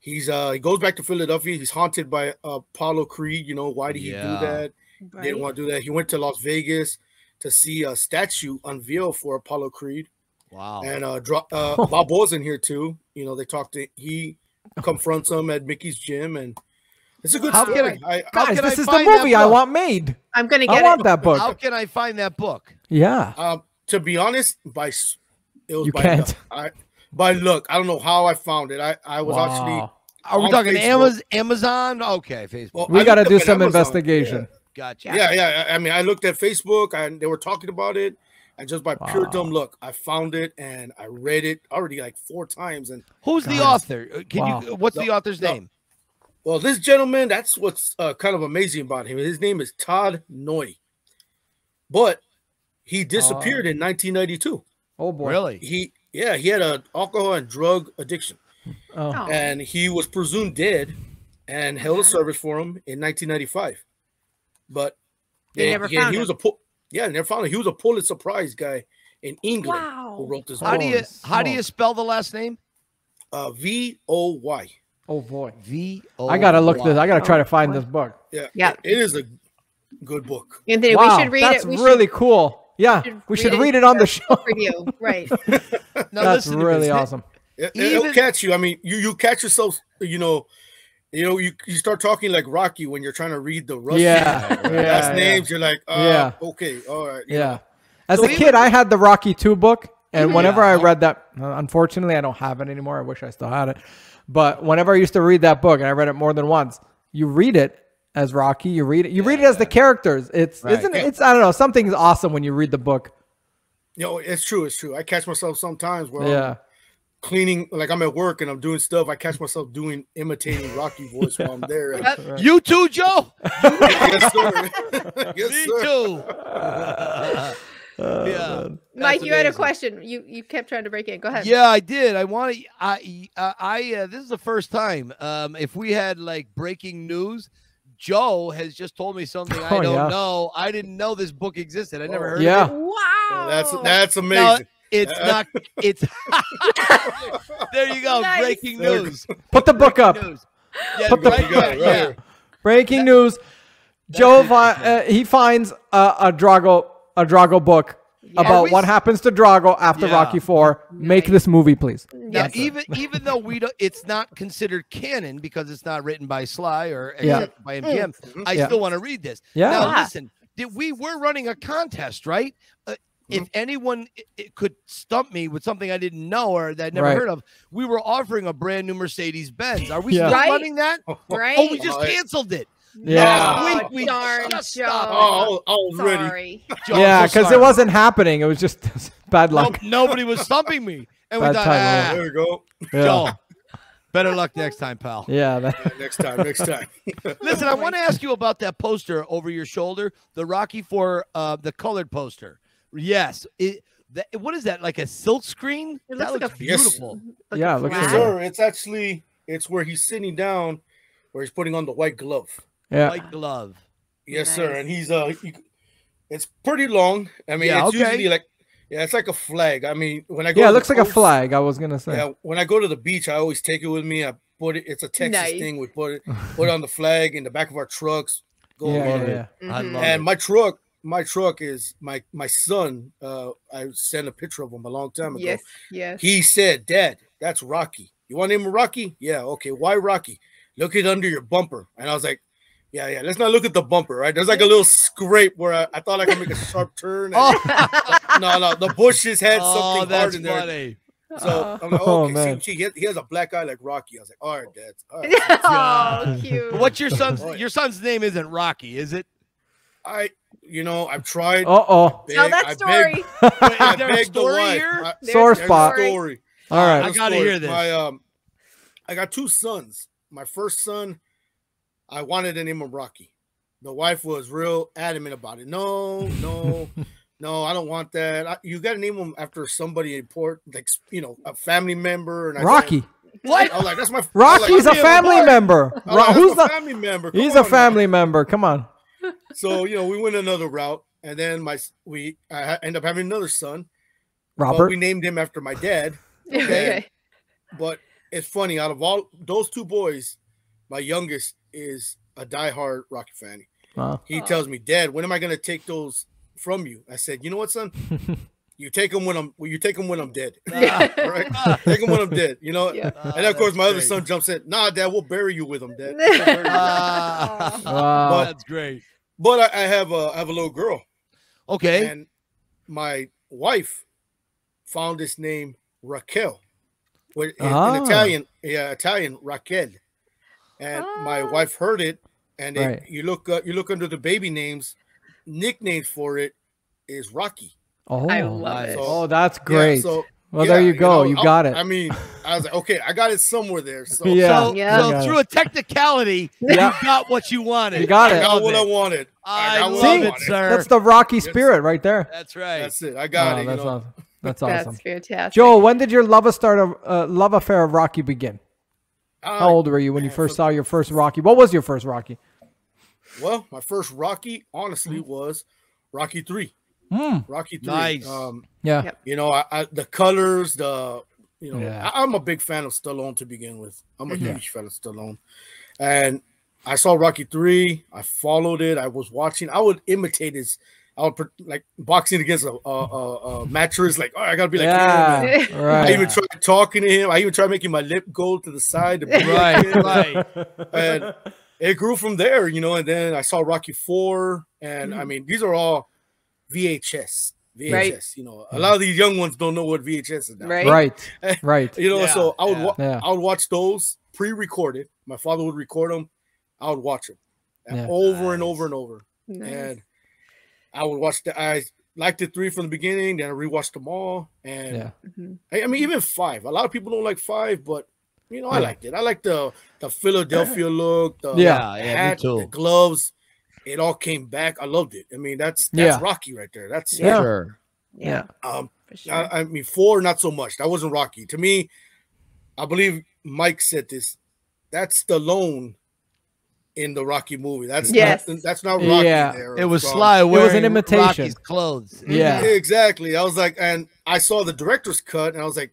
D: he's uh he goes back to Philadelphia. He's haunted by uh, Apollo Creed. You know why did he
B: Yeah.
D: do that?
C: Right?
D: Didn't want to do that. He went to Las Vegas to see a statue unveiled for Apollo Creed
B: Wow.
D: and uh, dro- uh Balboa's in here too. You know they talked to he confronts him at Mickey's gym and. It's a good
B: How can
D: story. I,
B: How
A: Guys,
B: can
A: this
B: I
A: is the
B: find that
A: movie I
B: book?
A: want made.
C: I'm gonna
A: I
C: get
A: want
C: it.
B: How
A: that book.
B: can I find that book?
A: Yeah.
D: Um, to be honest, by s- it was
A: You
D: by
A: can't.
D: luck. I, by luck. I don't know how I found it. I, I was actually
A: Wow.
B: Are we
D: On
B: talking
D: Facebook.
B: Amaz- Amazon? Okay, Facebook.
D: well,
A: We
D: I
A: got to
D: looked
A: do
D: up at
A: some
D: Amazon.
A: investigation.
B: gotcha.
D: Yeah. yeah, yeah. I I mean, I looked at Facebook and they were talking about it, and just by pure dumb
A: Wow.
D: luck, I found it and I read it already like four times. And
B: Who's the
A: Guys.
B: author? Uh, Can
A: Wow.
B: you? What's
D: No,
B: the author's
D: no.
B: name?
D: well, this gentleman, that's what's uh, kind of amazing about him. His name is Todd Noy, but he disappeared in 1992.
A: Oh boy.
B: Really?
D: He, yeah, he had an alcohol and drug addiction.
A: Oh.
C: Oh.
D: and he was presumed dead and held a service for him in 1995 but
C: They
D: yeah,
C: never
D: yeah,
C: found
D: he
C: him.
D: was a Pul- yeah they never found him he was a Pulitzer Prize guy in england who
C: Wow.
D: wrote this
B: How
D: book
B: do you?
A: Holy
B: How do you
A: smoke.
B: spell the last name?
D: uh, v-o-y
A: Oh boy.
B: V.
A: I gotta look this. I gotta try to
C: Oh,
A: find
C: boy.
A: this book.
D: yeah
C: Yeah.
D: it is a good book
C: Anthony,
A: wow,
C: we should read
A: that's
C: it. We should
A: really cool. Yeah,
C: should
A: we should
C: read it
A: read it on the show.
C: review. Right.
B: Now,
A: that's
B: listen to
A: really
B: this.
A: awesome.
D: it, will
B: Even-
D: catch you i mean you you catch yourself you know you know you, you start talking like rocky when you're trying to read the russian
A: Yeah,
D: last
A: yeah, yeah.
D: names you're like uh, okay all right you
A: Yeah. As
B: So
A: a
B: we
A: kid,
B: would-
A: I had the Rocky Two book, and
B: Mhm.
A: whenever
B: Yeah.
A: I read that, unfortunately, I don't have it anymore. I wish I still had it. But whenever I used to read that book, and I read it more than once, you read it as Rocky. You read it. You read it as the characters. It's
B: Right.
A: isn't it- it's I don't know. Something's awesome when you read the book.
D: You know, it's true. It's true. I catch myself sometimes where
A: yeah.
D: I'm cleaning, like I'm at work and I'm doing stuff. I catch myself doing imitating Rocky voice while I'm there.
C: Yep.
B: You too, Joe.
D: yes, sir. yes,
B: Me
D: sir.
B: too. yeah.
C: Mike,
B: That's
C: you had a
B: amazing.
C: question. You you kept trying to break in. Go ahead.
B: Yeah, I did. I want to. I uh, I uh, this is the first time. Um, if we had like breaking news, Joe has just told me something I
A: Oh,
B: don't
A: yeah.
B: know. I didn't know this book existed. I never
D: Oh.
B: heard of
A: Yeah.
B: it.
C: Wow.
D: That's that's
B: No,
D: amazing.
B: it's
A: Uh,
B: not. It's there. You go.
C: Nice.
B: Breaking
D: There you
B: news.
A: Put the book up.
B: News. Yeah,
A: Put the-
B: right,
D: There you go,
B: yeah,
D: right
B: yeah.
D: here.
A: Breaking news: Joe
B: it.
A: fi- uh, he finds a, a Drago a Drago book
B: Are
A: about
B: we
A: what
B: s-
A: happens to Drago after
B: Yeah.
A: Rocky Four. Make
C: Nice.
A: this movie, please.
B: Now,
A: That's it.
B: even even though we don't, it's not considered canon because it's not written by Sly or
A: Yeah. Mm-hmm.
B: except by MGM.
D: Mhm.
B: I
A: Yeah.
B: still want to read this.
A: Yeah.
B: Now
C: Yeah.
B: listen, did, we were running a contest, right? Uh, if
A: Mm-hmm.
D: Mhm.
B: anyone i- i- could stump me with something I didn't know or that I'd never
A: Right.
B: heard of, we were offering a brand new Mercedes Benz. Are we
A: Yeah.
B: still
C: Right.
B: running that?
C: Right.
B: Oh, we just
D: Right.
B: canceled it.
A: Yeah.
B: Last
C: Oh,
B: week we
C: darn,
B: just
C: Joe.
B: stopped.
D: Oh, already.
C: Sorry.
B: Joe, I'm
A: yeah,
B: so
A: because
B: sorry.
A: it wasn't happening. It was just bad luck.
B: Nope, nobody was stumping me, and we
A: Bad
B: thought,
A: timing,
B: ah,
D: There we go.
A: Yeah,
B: Joe, better luck next time, pal.
A: yeah. that-
D: Yeah, next time, next time.
B: Listen, I want to ask you about that poster over your shoulder, the Rocky Four, uh, the colored poster. Yes, it, that, what is that? Like a silk screen?
C: It
B: that
C: looks like a
D: Yes.
B: beautiful.
A: Yeah, it looks like
D: Yes,
C: wow.
A: a-
D: sir. It's actually it's where he's sitting down, where he's putting on the white glove.
A: yeah.
B: White glove.
D: Yes, sir.
C: Nice.
D: And he's uh, he- it's pretty long. I mean,
B: Yeah,
D: it's
B: okay.
D: usually like yeah, it's like a flag. I mean, when I go
A: Yeah, it
D: to the
A: looks like a
D: coast-
A: flag. I was gonna say.
D: Yeah, when I go to the beach, I always take it with me. I put it. It's a Texas
C: Nice.
D: thing. We put it put it on the flag in the back of our trucks. Go
A: Yeah,
D: along
A: yeah,
D: with it.
A: yeah.
B: I
C: Mhm.
B: love
D: And my truck, my truck is my my son. Uh, I sent a picture of him a long time ago.
C: Yes. Yes.
D: He said, "Dad, that's Rocky. You want him Rocky? Yeah, okay. Why Rocky? Look it under your bumper." And I was like, "Yeah, yeah. Let's not look at the bumper, right? There's like a little scrape where I, I thought I could make a sharp turn. and-
B: Oh,
D: No, no, the bushes had
B: oh,
D: something hard
B: that's
D: in there.
B: funny.
D: So uh, I'm like,
A: Oh,
D: okay,
A: man.
D: see, he, has, he has a black eye like Rocky. I was like, all right, Dad. All right.
C: oh, cute.
B: What's your son's?
D: Boy.
B: Your son's name isn't Rocky, is it?
D: I, you know, I've tried.
A: Uh oh.
D: beg-
C: Tell that
D: I
C: story.
D: Beg,
B: Wait,
D: I
B: is there a
D: begged the
B: story
D: wife.
B: here?
D: I-
C: There's
A: Sore
C: your
D: there's a
A: spot.
C: story.
D: story.
A: All
D: I
A: right.
B: I gotta hear this.
D: My um, I got two sons. My first son, I wanted to name him Rocky. The wife was real adamant about it. No, no, no, I don't want that. I, you got to name him after somebody important, like you know, a family member. And I said-
A: Rocky.
B: What?
D: I was like, that's my
A: Rocky's a
B: Rocky
A: family
B: Horror.
A: member.
D: I was
A: Ro-
D: like, that's
A: who's
D: my
A: the?
D: family member? Come
A: He's a
D: on now.
A: family member. Come on.
D: So you know, we went another route, and then my s- we I ha- end up having another son. but
A: Robert.
D: we named him after my dad.
C: Okay.
D: But it's funny, out of all those two boys, my youngest is a diehard Rocky fan.
A: Wow.
D: He
C: Aw.
D: tells me, "Dad, when am I gonna take those from you?" I said, "You know what, son? you take them when I'm. Well, you take them when I'm dead.
B: Ah,
D: Right? take them when I'm dead. You know."
C: Yeah.
B: ah,
D: And of course,
B: that's
D: my other
B: great.
D: son jumps in. Nah, Dad, we'll bury you with them, Dad.
C: Oh,
B: Ah,
A: Wow.
B: that's great.
D: But I, I have a I have a little girl,
B: Okay.
D: and my wife found this name Raquel, Well, in, in
A: Ah.
D: Italian, yeah, Italian Raquel, and my
C: Ah.
D: wife heard it, and it,
A: Right.
D: you look uh, you look under the baby names, nickname for it is Rocky.
A: Oh.
C: I love
B: nice.
C: it.
A: Oh, that's
D: Yeah,
A: great.
D: so
A: well, there
D: yeah,
A: you go.
D: know,
A: You,
D: I-
A: got it.
D: I mean, I was like, okay, I got it somewhere there. So
A: Yeah.
B: So,
C: Yeah.
B: so
A: Yeah.
B: through a technicality,
A: Yeah.
B: you got what you wanted.
A: You got
B: I
A: it.
D: I got
B: love
D: what
B: it.
D: I wanted.
B: I,
D: I got
B: love
D: what I
B: it,
D: wanted.
B: sir.
A: That's the Rocky
D: Yes.
A: spirit right there.
B: That's right.
D: That's it. I got
A: Oh,
D: it. you
A: That's
D: know?
A: awesome. That's
C: That's
A: awesome.
C: fantastic.
A: Joe, when did your love start of uh, love affair of Rocky begin?
D: Uh,
A: How old were you when you
D: man,
A: first
D: so-
A: saw your first Rocky? What was your first Rocky?
D: Well, my first Rocky, honestly, was Rocky Three.
C: Hmm,
A: Mm.
D: Rocky Three.
B: Nice.
D: Um,
A: Yeah.
C: Yep.
D: you know, I, I the colors, the you know,
A: Yeah.
D: I, I'm a big fan of Stallone to begin with. I'm a
A: Mhm.
D: huge fan of Stallone, and I saw Rocky Three. I followed it. I was watching. I would imitate his. I would pr- like boxing against a, a, a, a mattress. Like, oh, I gotta be like, him," and
A: Yeah.
C: man.
A: Right.
D: I even tried talking to him. I even tried making my lip go to the side. To be like
B: Right,
D: him.
B: right.
D: and it grew from there, you know. And then I saw Rocky Four, and I mean, these are all VHS, VHS.
C: Right.
D: You know, a lot of these young ones don't know what VHS is now.
C: Right.
A: Right. Right.
D: You know,
B: Yeah,
D: so I would wa-
A: yeah.
D: I would watch those pre-recorded. My father would record them. I would watch them and
A: Yeah.
D: over and
B: Nice.
D: over and over,
C: Nice.
D: and I would watch the. I liked the three from the beginning, then I rewatched them all, and
A: Yeah.
C: Mhm.
D: I, I mean, even five. A lot of people don't like five, but you know, I
A: Yeah.
D: liked it. I liked the the Philadelphia look. The,
A: Yeah.
D: the
B: Yeah, me
D: hat, The
B: too.
D: gloves. It all came back. I loved it. I mean, that's
A: Yeah.
D: that's Rocky right there. That's
A: Yeah.
B: Sure.
C: Yeah.
A: Yeah.
D: Um,
C: For sure.
D: I, I mean, four not so much. That wasn't Rocky to me. I believe Mike said this. That's Stallone in the Rocky movie. That's
C: Yes.
D: not, that's not Rocky.
A: Yeah.
D: there
B: It was
D: from-
B: Sly wearing
A: imitation.
B: Rocky's clothes.
A: Yeah.
D: Exactly. I was like, and I saw the director's cut, and I was like,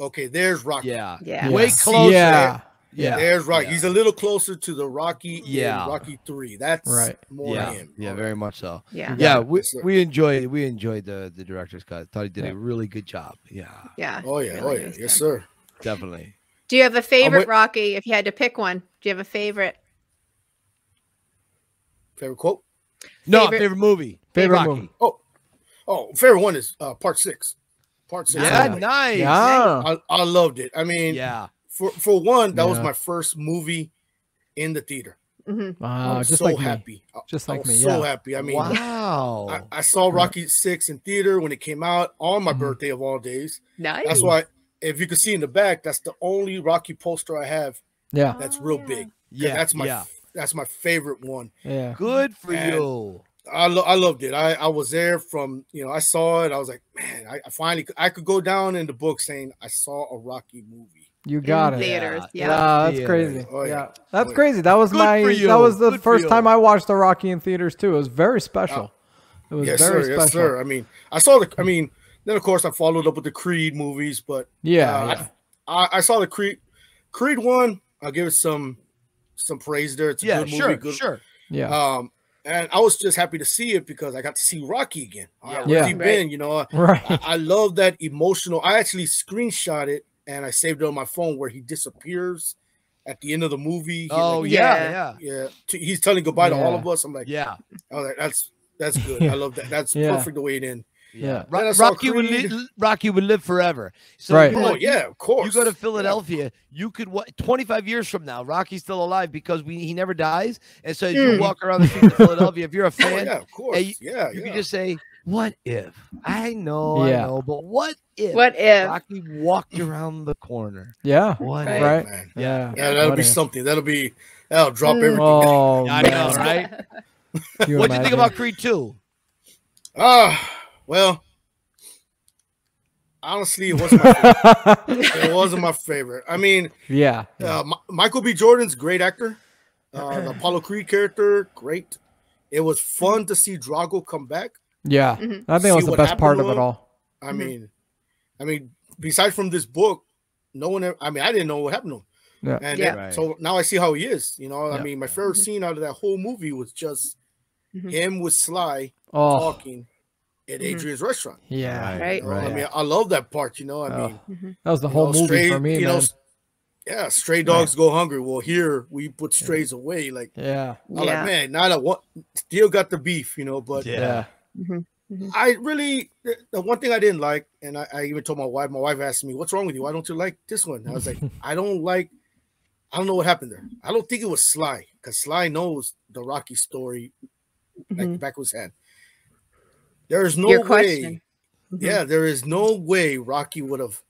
D: okay, there's Rocky.
B: Yeah.
C: Yeah.
B: Way
A: Yes.
B: closer.
A: Yeah.
B: Yeah.
D: There's Rocky.
B: Yeah.
D: He's a little closer to the Rocky.
B: Yeah.
D: Yeah. Rocky three. That's
A: Right.
D: More
B: yeah.
D: him.
B: Yeah, very much so.
C: Yeah.
B: Yeah, we,
D: Yes, sir.
B: we enjoyed we enjoyed the the director's cut. Thought he did
A: Yeah.
B: a really good job. Yeah,
C: Yeah.
D: Oh yeah. Oh
C: Really
D: yeah.
C: nice
D: Yes,
C: guy.
D: sir.
B: definitely.
C: Do you have a favorite
B: wait-
C: Rocky? If you had to pick one, do you have a favorite?
D: Favorite quote.
B: No,
C: Favorite-
B: favorite, movie.
A: Favorite
B: Rocky.
A: movie.
D: Oh, oh, favorite one is uh, part six. Part six.
B: Yeah,
A: Yeah.
B: nice.
A: Yeah.
D: I, I loved it. I mean,
B: Yeah.
D: for for one, that was
A: Yeah.
D: my first movie in the theater.
C: hmm
D: I
A: Wow. Uh,
D: was
A: Just
D: so
A: like me.
D: happy. I-
A: Just
D: I
A: like
D: was
A: me,
D: So
A: yeah.
D: happy. I mean,
B: wow.
D: I, I saw Rocky Six in theater when it came out on my
A: Mhm.
D: birthday of all days.
C: Nice.
D: That's why, if you can see in the back, that's the only Rocky poster I have
A: Yeah.
D: that's
C: Oh,
D: real
C: yeah.
D: big. 'Cause
B: yeah,
D: that's my
B: yeah.
D: that's my favorite one.
A: Yeah.
B: Good for
D: And-
B: you.
D: I lo- I loved it. I I was there from you know I saw it. I was like, man, I, I finally I could go down in the book saying I saw a Rocky movie.
A: You got
C: In
A: it.
C: theaters.
B: Yeah.
C: Yeah.
A: Nah, that's
B: Yeah.
A: crazy.
D: Oh,
A: yeah.
D: yeah.
A: That's
D: Oh, yeah.
A: crazy. That was
B: Good
A: my
B: for
A: that
B: you.
A: was the
B: Good for
A: first
B: you.
A: time I watched the Rocky in theaters too. It was very special. It was
D: Uh, Yes
A: very
D: sir,
A: special.
D: yes sir. I mean, I saw the. I mean, then of course I followed up with the Creed movies, but
A: Yeah.
D: Uh,
A: yeah.
D: I, I saw the Creed Creed one. I'll give it some some praise there. It's a
B: Yeah,
D: good movie.
B: sure,
D: good,
B: sure.
A: yeah.
D: Um, and I was just happy to see it because I got to see Rocky again. I
B: Yeah.
D: already
A: Yeah.
D: been, you know. I,
A: right.
D: I love that emotional. I actually screenshot it and I saved it on my phone where he disappears at the end of the movie. He,
B: Oh
D: like,
B: yeah,
C: Yeah.
B: yeah,
D: yeah. t- he's telling goodbye to all
A: Yeah.
D: of us. I'm like, yeah.
B: yeah.
D: I was like, that's that's good.
A: Yeah.
D: I love that. That's
A: Yeah.
D: perfect the way it ends.
A: Yeah.
B: Ro-
D: Then I saw
B: Rocky would
D: Creed.
B: li- Rocky would live forever. So
A: Right.
B: you
D: Oh
B: know,
D: yeah, of course.
B: You go to Philadelphia, you could what 25 years from now, Rocky's still alive because we he never dies. And so as you
C: Mm.
B: walk around the streets of Philadelphia, if you're a
D: Yeah,
B: fan,
D: Hmm. Oh, yeah of course.
B: Hey,
D: yeah,
B: you
D: yeah.
B: can just say, What if? I know,
A: Yeah.
B: I know, but what if
C: What if?
B: Rocky walked around the corner?
A: Yeah.
B: What
C: Right.
B: if?
A: Right.
D: Man.
A: Yeah.
D: Yeah, that'll
A: What
D: be
A: if?
D: something. That'll be that'll drop
C: Mm.
D: everything.
A: Oh,
B: I
A: man.
B: know, right?
A: Can
B: What'd you think
A: imagine?
B: about Creed 2?
D: Ah, well, honestly, it wasn't my favorite. it wasn't my favorite. I mean,
A: yeah. yeah.
D: uh, Mi- Michael B. Jordan's great actor. Uh, the Apollo Creed character, great. It was fun to see Drago come back.
A: Yeah.
C: Mhm.
A: I think it
D: See
A: was the
D: what
A: best
D: happened
A: part
D: to
A: of it
D: him?
A: all.
D: I
C: Mhm.
D: mean, I mean, besides from this book, no one. Ever, I mean, I didn't know what happened to him.
A: Yeah.
D: And
C: Yeah.
D: it-
B: Right.
D: so now I see how he is. You know,
A: Yeah.
D: I mean, my favorite scene out of that whole movie was just
C: Mhm.
D: him with Sly
A: Mm-hmm. Oh, Mm-hmm.
D: talking at
C: Mhm.
D: Adrian's restaurant.
A: yeah.
C: Right.
D: You know, I
B: right.
D: mean, I love that part. You know, I
A: Oh,
D: mean,
A: That was the
D: you
A: whole
D: know,
A: movie
D: stray-
A: for me,
D: you know,
A: man.
D: s- yeah, stray dogs go hungry. Well, here we put strays away. Like,
A: yeah.
D: I'm like, man, now that one still got the beef, you know. But
B: Yeah.
A: Yeah.
D: I really, the, the one thing I didn't like, and I, I even told my wife, my wife asked me, What's wrong with you? Why don't you like this one? I was like, I don't like, I don't know what happened there. I don't think it was Sly because Sly knows the Rocky story
C: Mm-hmm.
D: like the back of his hand. There is no
C: Your
D: way,
C: question. Mm-hmm.
D: yeah, there is no way Rocky would have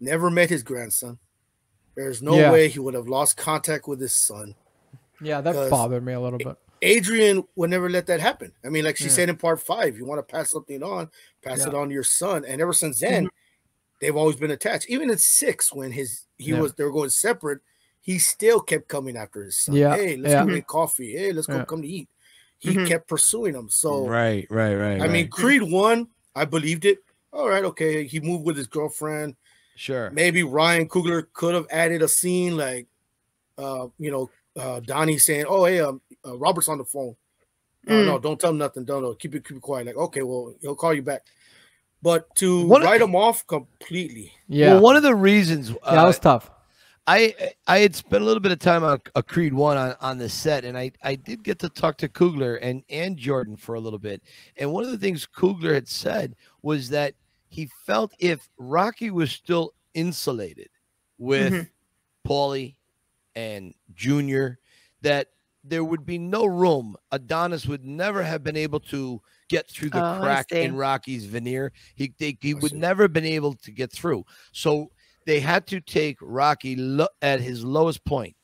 D: never met his grandson. There's no
A: Yeah.
D: way he would have lost contact with his son.
A: Yeah. That
D: Because-
A: bothered me a little bit.
D: Adrian would never let that happen. I mean, like she
A: Yeah.
D: said in part five, you want to pass something on, pass it
A: Yeah. Mm-hmm.
D: on to your son. And ever since then, they've always been attached. Even in six, when his he
A: Yeah.
D: was they were going separate, he still kept coming after his son.
A: Yeah,
D: Hey, let's
A: yeah.
D: go get coffee. Hey, let's go
A: Yeah. Mm-hmm.
D: come to eat. He
C: Mhm.
D: kept pursuing him. So
B: Right, right, right.
D: I mean, Creed one, I believed it. All right, okay. He moved with his girlfriend
B: sure.
D: maybe Ryan Coogler could have added a scene like, uh, you know, uh, Donnie saying, "Oh, hey, um, uh, Robert's on the phone. No,
C: Mm.
D: Oh, no, don't tell him nothing. Don't no, keep it, keep it quiet. Like, okay, well, he'll call you back." But to
B: What-
D: write him off completely,
A: Yeah.
B: Well, one of the reasons uh,
A: yeah. That was tough.
B: I I had spent a little bit of time on a Creed one on, on the set, and I, I did get to talk to Kugler and and Jordan for a little bit. And one of the things Kugler had said was that he felt if Rocky was still insulated with
C: Mhm.
B: Paulie and Junior, that there would be no room. Adonis would never have been able to get through the
C: Oh, I
B: crack in
C: see.
B: Rocky's veneer. He they, he
D: I
B: would
D: see.
B: never have been able to get through. So they had to take Rocky lo- at his lowest point.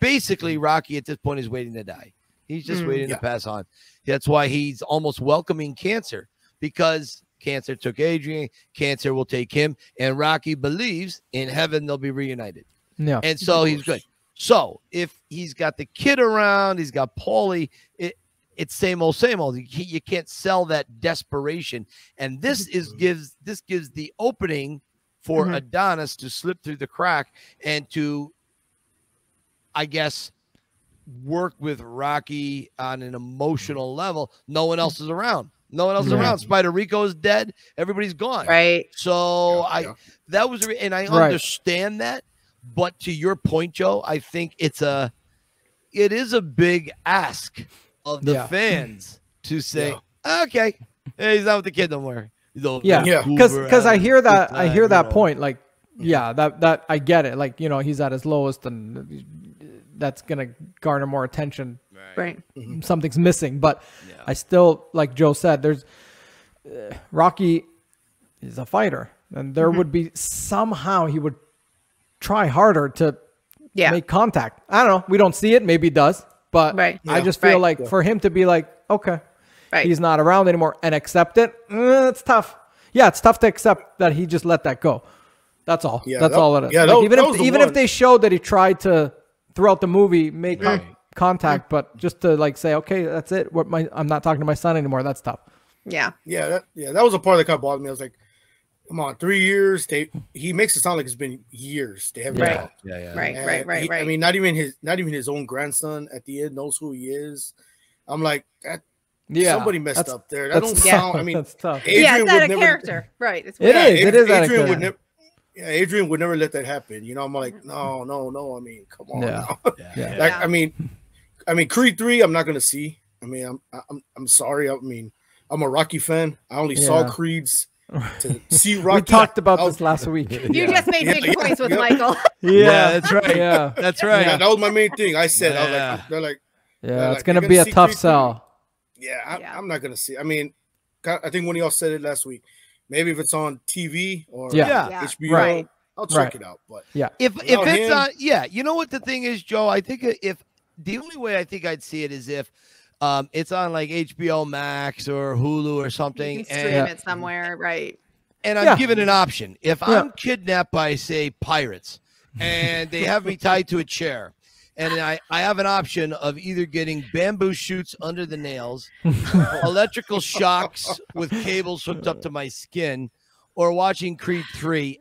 B: Basically, Rocky at this point is waiting to die. He's just
C: Mm.
B: waiting
D: Mm. Yeah.
B: to pass on. That's why he's almost welcoming cancer because cancer took Adrian, cancer will take him, and Rocky believes in heaven they'll be reunited.
A: Yeah.
B: And so he's good. So if he's got the kid around, he's got Paulie. It, it's same old, same old. You, can't- you can't sell that desperation. And this is gives this gives the opening for
A: Mhm.
B: Adonis to slip through the crack and to, I guess, work with Rocky on an emotional level. No one else is around. No one else is
A: Yeah.
B: around. Spider Rico is dead. Everybody's gone.
C: Right.
B: So Oh, I
D: yeah.
B: that was re- and I
A: Right.
B: understand that, but to your point, Joe, I think it's a it is a big ask of the
A: Yeah.
B: fans to say, okay, hey, he's not with the kid no more. He's all
A: Yeah.
D: Yeah.
A: because
B: Uber
A: because I
B: out
A: hear
B: of
A: that
B: good
A: I
B: time,
A: hear
B: you
A: that
B: know.
A: point. Like, yeah, that that I get it. Like, you know, he's at his lowest, and that's gonna garner more attention.
C: Right.
A: Hmm. Something's missing, but
B: Yeah.
A: I still, like Joe said, there's uh, Rocky is a fighter, and there would be somehow he would try harder to
C: Yeah.
A: make contact. I don't know. We don't see it. Maybe he does, but
C: Right.
A: I
D: Yeah.
A: just feel
C: Right.
A: like for him to be like, okay,
C: Right.
A: he's not around anymore and accept it, eh, it's tough. Yeah, it's tough to accept that he just let that go. That's all.
D: Yeah,
A: That's
D: that-
A: all it is.
D: yeah,
A: Like,
D: that-
A: even
D: that
A: if
D: was the
A: even if
D: one.
A: they showed that he tried to throughout the movie make con- contact, but just to like say, okay, that's it. What my I'm not talking to my son anymore. That's tough.
C: yeah.
D: Yeah, that yeah, that was a part that kind of bothered me. I was like, come on, three years. They he makes it sound like it's been years. They haven't
A: Yeah.
D: talked.
B: Yeah, yeah.
C: Right.
D: And
C: Right. Right.
D: he-
C: right.
D: I mean, not even his not even his own grandson at the end knows who he is. I'm like, that,
A: Yeah,
D: somebody messed
A: that's-
D: up there. That
A: that's
D: don't
A: tough.
D: sound. I mean,
A: that's tough.
D: Adrian
C: yeah. It's
D: would
C: out of
D: never-
C: character. Right. It's
A: It
C: weird.
A: is. It
D: Ad-
A: is out of
D: Adrian would
A: character.
D: never. Yeah, Adrian would never let that happen. You know, I'm like, no, no, no. I mean, come on.
A: Yeah.
D: now.
A: Yeah.
D: Like,
C: Yeah.
D: I mean, I mean, Creed three. I'm not gonna see. I mean, I'm I'm I'm sorry. I mean, I'm a Rocky fan. I only saw
A: Yeah.
D: Creeds to see Rocky.
A: we talked about
D: I was-
A: this last week.
C: You just made
D: Yeah,
C: big
D: yeah,
C: points with
D: yeah.
C: Michael.
B: Yeah, that's right.
A: Yeah,
B: That's right.
D: Yeah, that was my main thing. I said, I was
B: Yeah.
D: like, they're like,
A: yeah. It's
D: like,
A: gonna
D: you're
A: be
D: gonna
A: a
D: see
A: tough
D: Creed
A: sell.
D: yeah, I,
C: Yeah.
D: I'm not gonna see. I mean, ca- I think one of y'all said it last week. Maybe if it's on TV or
A: Yeah.
B: Yeah.
D: HBO,
A: Right.
D: I'll check
A: Right.
D: it out. But
B: If if
D: Without
B: it's
D: him-
B: on, yeah, you know what the thing is, Joe. I think if the only way I think I'd see it is if um it's on like HBO Max or Hulu or
C: You
B: something,
C: can stream
B: and,
C: it somewhere. Right.
B: and I'm
A: Yeah.
B: given an option. If
A: Yeah.
B: I'm kidnapped by say pirates, and they have me tied to a chair. And I, I have an option of either getting bamboo shoots under the nails, electrical shocks with cables hooked up to my skin, or watching Creed 3.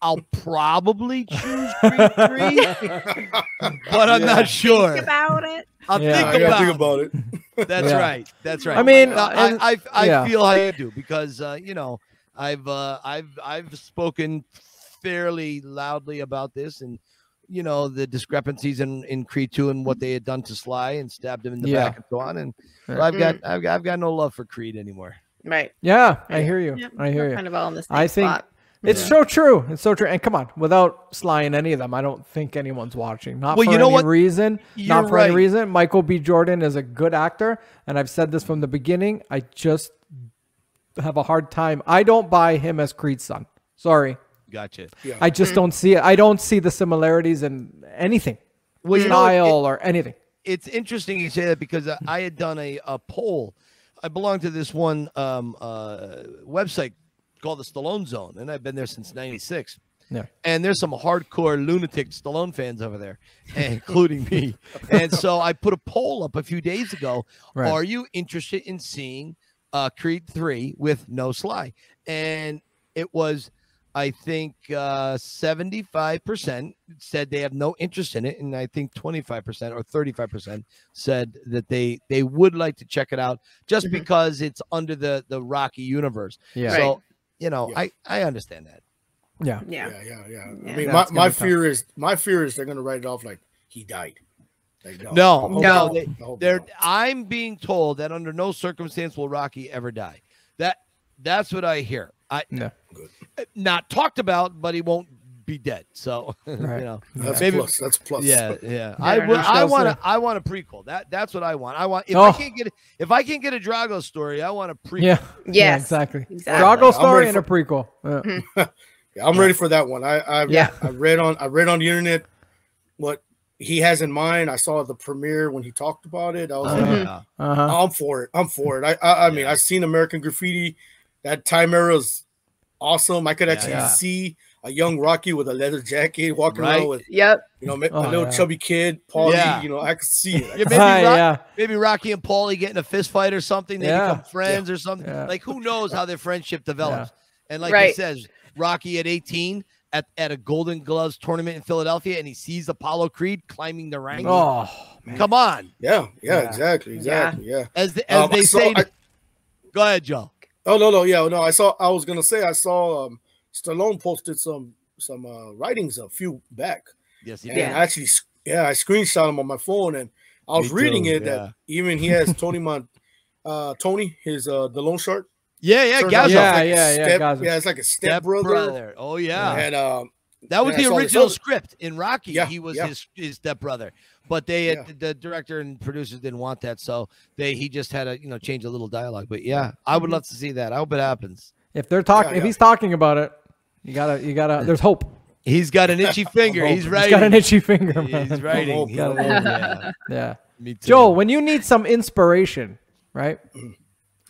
B: I'll probably choose Creed 3 but I'm
A: Yeah.
B: not sure.
C: About it.
B: I'll
A: Yeah.
B: think,
D: I
B: about
D: gotta think about it.
B: it. That's
A: Yeah.
B: right. That's right.
A: I mean,
B: No,
A: and-
B: uh, I I, I
A: yeah.
B: feel how you do because uh, you know I've uh, I've I've spoken fairly loudly about this and you know the discrepancies in in Creed two and what they had done to Sly and stabbed him in the
A: Yeah.
B: back and so on and
A: Yeah.
B: well, I've got I've got, I've got no love for Creed anymore.
C: Right.
A: Yeah, I hear you.
C: Yeah,
A: I
C: we're
A: hear you.
C: Kind of all in the same
A: I think
C: spot.
A: it's so true. It's so true. And come on, without slying any of them, I don't think anyone's watching. Not
B: Well,
A: for
B: you know
A: any
B: what?
A: reason.
B: You're
A: not for any
B: right.
A: reason. Michael B. Jordan is a good actor, and I've said this from the beginning. I just have a hard time. I don't buy him as Creed's son. Sorry.
B: Gotcha.
D: Yeah.
A: I
C: Mm.
A: just don't see it. I don't see the similarities in anything.
B: Well, you know, it-
A: style or anything.
B: it's interesting you say that because I- I had done a, a poll. I belong to this one um, uh, website called the Stallone Zone, and I've been there since '96.
A: Yeah.
B: And there's some hardcore lunatic Stallone fans over there, including me. And so I put a poll up a few days ago.
A: Right.
B: Are you interested in seeing uh, Creed 3 with no Sly? And it was, I think, uh, 75% said they have no interest in it. And I think 25% or 35% said that they, they would like to check it out just
C: Mhm.
B: because it's under the, the Rocky universe.
A: Yeah.
C: Right.
B: So, you know,
D: Yeah.
B: I, I understand that.
A: Yeah.
C: Yeah.
D: yeah, yeah, yeah.
C: Yeah.
D: I mean, my,
A: That's gonna
D: my
A: be tough.
D: fear is my fear is they're gonna write it off like he died. Like,
B: No,
D: I hope
B: no,
D: I
B: they-
D: hope
B: There,
D: no.
B: I'm being told that under no circumstance will Rocky ever die. That that's what I hear. I
A: No.
B: not talked about, but he won't be dead. So
A: Right.
B: you know,
D: That's
B: Uh, maybe-
D: plus. That's plus.
B: yeah, yeah.
C: I
B: I
C: don't
B: would.
C: know.
B: I
A: Shall
B: want
A: see.
B: a, I want a prequel. That that's what I want. I want if
A: Oh.
B: I can't get a, if I can't get a Drago story, I want a prequel.
A: Yeah. Yeah,
C: Yes.
A: exactly.
C: Exactly. Mm-hmm.
A: Drago
D: I'm
A: story
D: ready
A: and a prequel. Uh, Yeah.
D: Yeah, I'm ready for that one. I I,
A: Yeah.
D: I read on I read on the internet what he has in mind. I saw the premiere when he talked about it. I was like,
A: Uh-huh.
B: Yeah.
A: Uh-huh.
D: I'm for it. I'm for it. I I, I mean,
B: Yeah.
D: I've seen American Graffiti. That time era is awesome. I could
B: Yeah.
D: actually
A: Yeah.
D: see a young Rocky with a leather jacket walking
B: Right.
D: around with
C: Yep.
D: you know ma-
A: Oh,
D: a little
A: yeah.
D: chubby kid, Paulie.
B: Yeah.
D: You know, I could see it. I
B: Yeah,
D: could-
B: maybe,
A: Hi,
B: Rock-
A: yeah.
B: maybe Rocky and Paulie get in a fist fight or something. They
A: Yeah.
B: become friends or something.
A: Yeah.
B: Like who knows how their friendship develops? And like he
C: Right.
B: says, Rocky at 18 at, at a Golden Gloves tournament in Philadelphia, and he sees Apollo Creed climbing the ranks.
A: Oh,
B: Come on,
D: yeah, yeah,
A: Yeah.
D: exactly, exactly, yeah.
B: as the, as
D: Um, I
B: they
D: saw-
B: say.
D: I-
B: Go ahead, Joe.
D: Oh no, no, yeah, no. I saw. I was gonna say I saw um, Stallone posted some some uh, writings a few back,
B: Yes, he
D: and
B: did.
C: Yeah.
D: I actually, s- yeah, I screenshot them on my phone, and I was
B: Me
D: reading
B: too,
D: it
B: yeah.
D: that even he has Tony Mont, uh, Tony, his uh, the loan shark.
B: Yeah, yeah,
D: Turns out
B: Gaza.
A: Yeah,
D: it's like a
A: yeah, yeah,
D: step-
A: Gaza.
D: yeah. It's like a
B: Step
D: step brother,
B: brother. Oh yeah.
D: and um,
B: That was
D: Yeah, I
B: the
D: saw the
B: original
D: show.
B: script in Rocky.
D: Yeah,
B: he was
D: yeah.
B: his his stepbrother, but they had-
D: Yeah.
B: the director and producers didn't want that, so they he just had to you know change a little dialogue. But yeah, I
D: Mm-hmm.
B: would love to see that. I hope it happens.
A: if they're talking,
D: Yeah,
A: if
D: yeah.
A: he's talking about it, you gotta, you gotta. There's hope.
B: He's got an itchy finger. He's
D: hoping.
A: He's got an
B: writing.
A: itchy finger.
B: He's
A: man.
B: writing.
D: hoping,
B: He's-
D: I'm
B: yeah,
A: Yeah.
B: me too.
A: Joe, when you need some inspiration, right?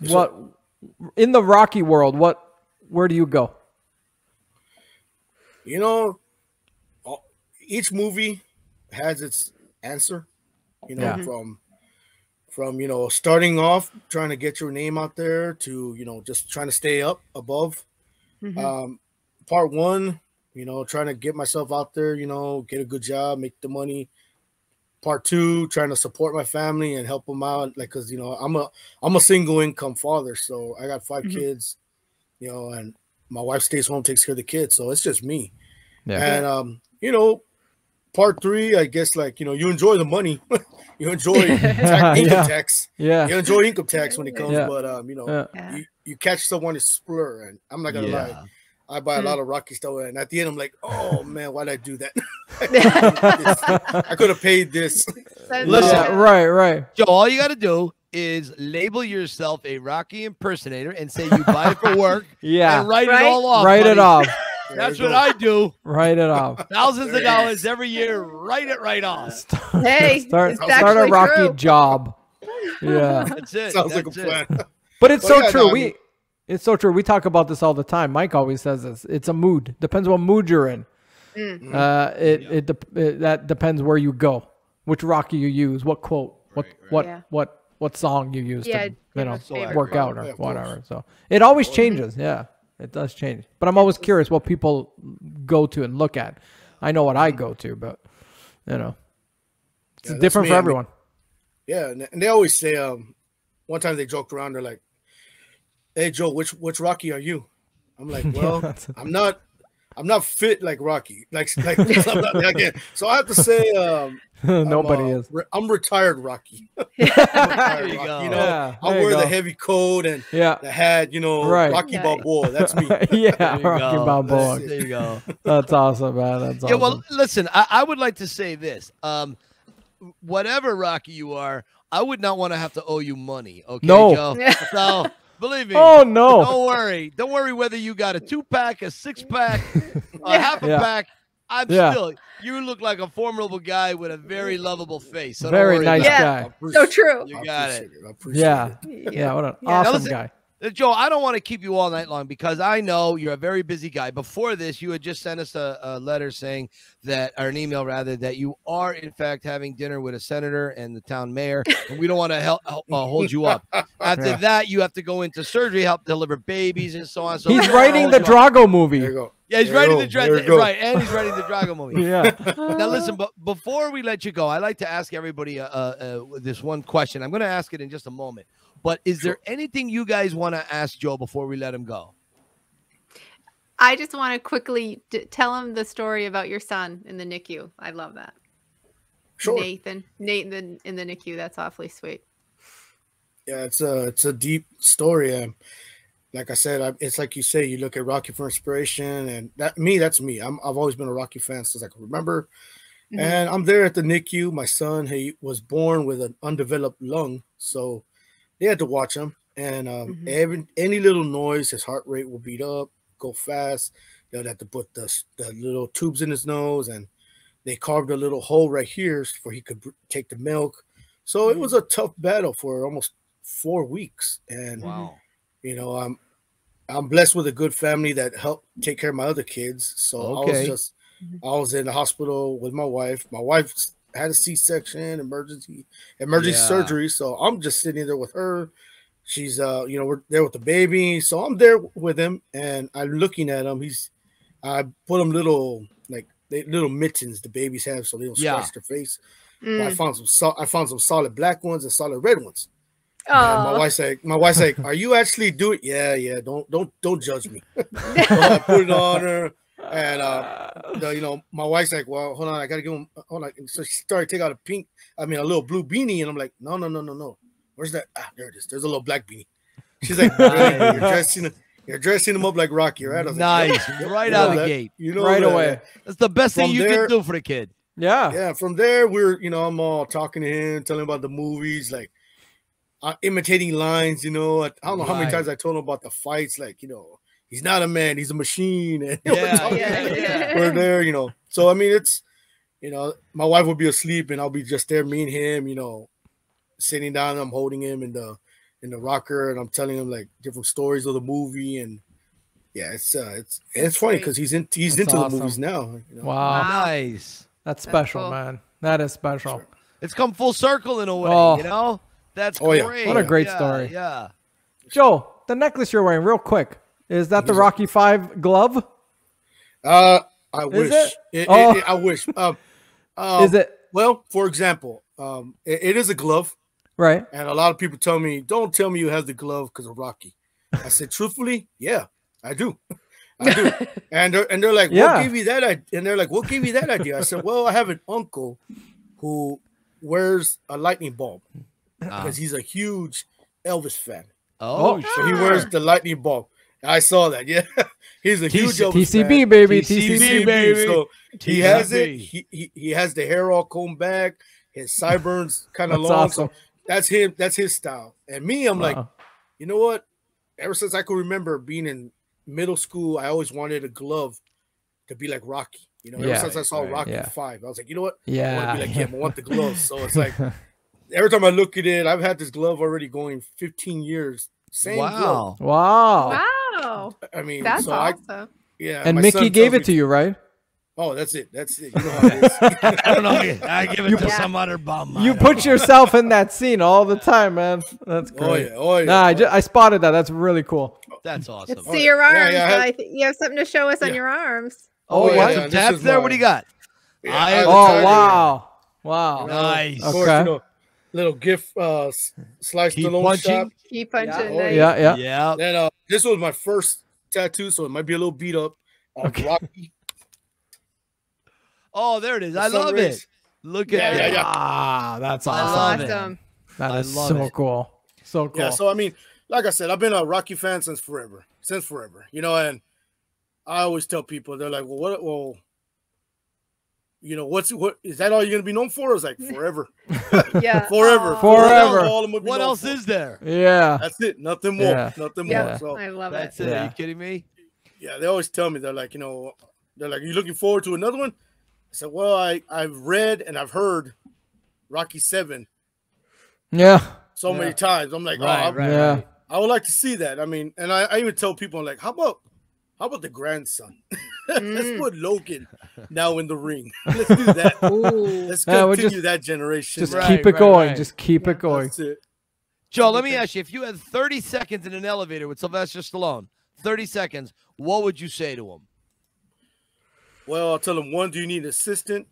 A: What in the Rocky world? What? Where do you go?
D: you know, all- each movie has its answer. You know,
A: Yeah.
D: from from you know starting off trying to get your name out there to you know just trying to stay up above.
C: Mhm.
D: Um, part one, you know, trying to get myself out there. You know, get a good job, make the money. Part two, trying to support my family and help them out, like because you know I'm a I'm a single income father, so I got 5
C: Mhm.
D: kids, you know, and my wife stays home, takes care of the kids, so it's just me.
A: Yeah.
D: And um, you know, part three, I guess, like you know, you enjoy the money, you enjoy tax, income
A: Yeah.
D: tax,
A: Yeah.
D: you enjoy income tax when it comes,
A: Yeah.
D: but um, you know,
A: Yeah.
C: Yeah.
D: you, you catch someone to splur, and I'm not gonna lie,
B: yeah.
D: I buy a
B: Hmm.
C: Mm.
D: lot of Rocky stuff, and at the end, I'm like, oh man, why'd I do that?
A: Listen.
D: I could have paid this.
C: Send
B: Listen.
C: it.
A: Yeah, right. Right.
B: Joe, all you got to do is label yourself a Rocky impersonator and say you buy it for work
A: Yeah.
B: and write
C: Right?
B: it all off.
A: Write it
B: buddy.
A: off.
D: There
B: That's
D: you
B: what
D: go.
B: I do.
A: Write it off.
B: Thousands
D: There
B: of
D: it
B: dollars every year. Write it right off.
C: Hey,
A: Start,
C: it's
A: start a
C: actually
A: Rocky
C: true.
A: job. Yeah.
B: That's it.
D: Sounds like a
B: That's it.
D: plan.
A: But it's
D: But
A: so
D: Oh, yeah, no,
A: true.
D: I
A: we
D: mean-
A: it's so true. We talk about this all the time. Mike always says this. It's a mood. Depends what mood you're in.
C: Mm.
A: Uh, it, it, dep it that depends where you go, which Rocky you use, what quote, what what
C: Yeah.
A: what what song you use to
C: Yeah,
A: you know
C: different favorite
A: work
B: songs.
A: out or
D: Yeah, of course.
A: whatever. So it always changes. Yeah, it does change. But I'm always curious what people go to and look at. I know what I go to, but you know, it's
D: Mm. Yeah, that's
A: different
D: me.
A: for
D: I mean,
A: everyone.
D: Yeah, and and they always say, um, one time they joked around, they're like, "Hey Joe, which which Rocky are you?" I'm like, "Well,
A: that's-
D: I'm not, I'm not fit like Rocky, like like I'm not- I can't." So I have to say, um,
A: Nobody
D: I'm, uh,
A: is.
D: re- I'm retired Rocky.
B: There
D: Rocky,
B: you go.
D: know,
A: Yeah,
D: I
A: there you
D: wear the
A: go.
D: heavy coat and
A: Yeah.
D: the hat. You know,
A: Right.
D: Rocky
C: Nice.
D: Balboa. That's me.
A: yeah,
B: There you
A: Rocky
B: go.
A: Balboa.
D: That's it.
B: There you go.
A: That's awesome, man. That's awesome.
B: Yeah, well, listen, I, I would like to say this. Um, whatever Rocky you are, I would not want to have to owe you money. Okay,
A: No.
B: Joe. So believe me.
A: oh no,
B: Don't worry. Don't worry whether you got a two pack, a six pack, a half a
A: Yeah.
B: pack. I'm
A: Yeah.
B: still. You look like a formidable guy with a very lovable face. So don't
A: very
B: worry
A: nice
B: about it.
A: guy.
C: So true.
B: You got it.
D: I appreciate
A: Yeah,
D: it.
A: yeah, what an
C: Yeah.
A: awesome
B: listen-
A: guy.
B: Uh, Joe, I don't want to keep you all night long because I know you're a very busy guy. Before this, you had just sent us a, a letter saying that, or an email rather, that you are in fact having dinner with a senator and the town mayor, and we don't want to help uh, hold you up. After
A: Yeah.
B: that, you have to go into surgery, help deliver babies, and so uh, on. So
A: He's
B: we don't wanna
A: writing
B: hold
A: the
B: you up.
A: Drago
D: There you
A: movie.
D: go.
B: Yeah, he's
D: There you
B: writing
D: go.
B: the
D: There you
B: Dragon.
D: go.
B: Right, and he's writing the Dragon movie.
A: Yeah,
B: Now listen, but before we let you go, I like to ask everybody uh, uh, uh, this one question. I'm going to ask it in just a moment. But is there anything you guys want to ask Joe before we let him go?
C: I just want to quickly d- tell him the story about your son in the NICU. I love that.
D: Sure.
C: Nathan, Nathan in the NICU. That's awfully sweet.
D: yeah it's a it's a deep story um like i said I, it's like you say you look at rocky for inspiration and that me that's me I'm, i've always been a rocky fan since i can remember
C: Mhm.
D: and i'm there at the nicu my son he was born with an undeveloped lung so they had to watch him and um,
C: Mhm.
D: every any little noise his heart rate will beat up go fast they'd have to put the, s- the little tubes in his nose and they carved a little hole right here for he could br- take the milk so it was a tough battle for almost four weeks and
B: Wow.
D: you know um I'm blessed with a good family that helped take care of my other kids. So I
B: Okay.
D: was just, I was in the hospital with my wife. My wife had a C-section, emergency, emergency
B: Yeah.
D: surgery. So I'm just sitting there with her. She's, uh, you know, we're there with the baby. So I'm there with him, and I'm looking at him. He's, I put him little like they, little mittens the babies have, so they don't
B: Yeah.
D: scratch their face. But I
C: Mm.
D: found some, sol- I found some solid black ones and solid red ones. And my
C: Oh,
D: wife's like, my wife's like, are you actually doing? Yeah, yeah. Don't, don't, don't judge me. So I put it on her, and uh, the- you know, my wife's like, well, hold on, I gotta give him. uh, Hold on. And so she started to take out a pink, I mean, a little blue beanie, and I'm like, no, no, no, no, no. Where's that? Ah, there it is. There's a little black beanie. She's like, "Brother, you're dressing, you're dressing him up like Rocky, right? I was like, "Yep,
B: Nice,
D: yep,
B: right
D: you
B: out
D: know
B: of the
D: that-
B: gate.
D: You know,
A: right
D: that-
A: away.
B: That's the best thing
D: From
B: you
D: there-
B: can do for the kid.
A: Yeah.
D: yeah from there we're you know i'm all talking to him telling him about the movies like uh, imitating lines you know i, I don't know how many
B: Right.
D: times i told him about the fights like you know he's not a man he's a machine and we're,
B: Yeah,
D: talking-
B: yeah, yeah.
D: we're there you know so i mean it's you know my wife will be asleep and i'll be just there me and him you know sitting down i'm holding him in the in the rocker and i'm telling him like different stories of the movie and yeah it's uh it's it's funny because he's in he's
A: That's
D: into
A: awesome.
D: the movies now you know?
A: Wow.
C: Wow.
B: Nice.
A: That's special,
C: cool.
A: man. That is special.
B: It's come full circle in a way,
A: Oh.
B: you know? That's
D: Oh, yeah.
B: great.
D: What a
A: great
B: Yeah,
A: story.
B: Yeah.
A: Joe, the necklace you're wearing, real quick, is that the Rocky Five glove?
D: Uh, I wish.
A: it?
D: It- it-
A: Oh.
D: it- I wish. Um, um,
A: Is it
D: Well, for example, um, it- it is a glove,
A: right?
D: and a lot of people tell me, "Don't tell me you have the glove because of Rocky." I said, truthfully, yeah, I do. I do. and they're and they're like, "What
A: Yeah.
D: gave you that?" Idea? And they're like, "What gave you that idea?" I said, "Well, I have an uncle who wears a lightning bulb
B: Ah.
D: because he's a huge Elvis fan,
B: Oh,
A: Oh.
D: so he wears the lightning bulb." I saw that. Yeah, he's a huge
B: TC
D: Elvis fan.
A: TCB baby,
B: TCB,
A: TCB.
D: TCB,
B: baby.
D: So he has it.
B: TCB.
D: He, he he has the hair all combed back. His sideburns kind of
A: That's
D: long.
A: awesome.
D: So that's him. That's his style. And me, I'm like,
A: Wow.
D: you know what? Ever since I could remember being in middle school, I always wanted a glove to be like Rocky. You know, ever
A: Yeah.
D: since I saw
B: Right,
D: Rocky
A: yeah.
D: Five, I was like, you know what? I want to be like
A: yeah.
D: him. I want the gloves. So it's like every time I look at it, I've had this glove already going 15 years. Same glove.
B: wow.
A: Wow.
C: Oh, wow.
D: I mean,
C: That's
D: so I
C: awesome.
D: yeah.
A: And
D: my son
A: Mickey
D: tells
A: gave
D: me-
A: it to you, right?
D: Oh, that's it. That's it. You know how it is.
B: I don't know. I give it to
C: put-
B: some other bum. I
A: You
B: don't
A: put
B: know.
A: yourself in that scene all the time, man. That's great.
D: Oh yeah, oh yeah.
A: Nah, I,
D: oh,
A: ju- I spotted that. That's really cool.
B: That's awesome.
C: It's
D: Oh,
C: see your
D: yeah, yeah,
C: arms.
D: I
C: I
D: had-
C: think you have something to show us on
D: Yeah.
C: your arms.
A: Oh,
B: you
A: yeah,
B: got some
D: this
B: tabs
D: is
B: there.
D: my-
B: What do you got? I-
D: yeah, I-
B: That's
A: Oh
D: I-
A: wow.
D: you
A: Wow.
D: know,
B: Nice.
D: Of course,
A: Okay.
D: you know, little gift uh s- sliced
B: Keep
D: alone shop.
B: punching.
C: Keep punching.
D: Oh,
C: nice.
A: Yeah, yeah.
B: Yeah.
D: Then uh this was my first tattoo, so it might be a little beat up. Uh,
A: Okay.
D: Rocky.
B: Oh, there it is.
D: The
B: I
D: sun
B: love
D: rays.
B: it. Look
D: Yeah,
B: at
D: yeah,
B: it.
D: yeah.
A: Ah, that's
B: I
A: awesome.
B: love it.
C: Awesome.
A: That
B: I
A: is
B: love
A: so
B: it.
A: cool. So cool.
D: Yeah, so I mean, like I said, I've been a Rocky fan since forever. Since forever. You know, and I always tell people they're like, Well, what well you know, what's what is that all you're gonna be known for? It's like forever.
C: Yeah.
D: Forever.
C: Aw.
A: For-
D: That's
A: Forever.
D: all I'm gonna be
B: What
D: known
B: else
D: for.
B: is there?
A: yeah.
D: that's it? Nothing more.
A: Yeah.
D: Nothing more.
C: Yeah.
D: So
C: I love it.
B: That's it. Are
A: Yeah.
B: you kidding me?
D: Yeah, they always tell me they're like, you know, they're like, you looking forward to another one? I said, well, I I've read and I've heard Rocky Seven
A: Yeah.
D: so many
A: Yeah.
D: times. I'm like,
B: Right,
D: oh, I-
B: right.
A: yeah.
D: I would like to see that. I mean, and I, I even tell people, I'm like, how about how about the grandson? Let's
C: Mm.
D: put Logan now in the ring. Let's do that.
C: Ooh.
D: Let's
A: Yeah,
D: continue
A: we'll just-
D: that generation.
A: Just
D: right?
A: keep it
B: right,
A: going.
B: right.
A: Just keep it going.
D: That's it.
B: Joe, let me
D: Okay.
B: ask you: If you had 30 seconds in an elevator with Sylvester Stallone, 30 seconds, what would you say to him?
D: Well, I'll tell them one. Do you need an assistant?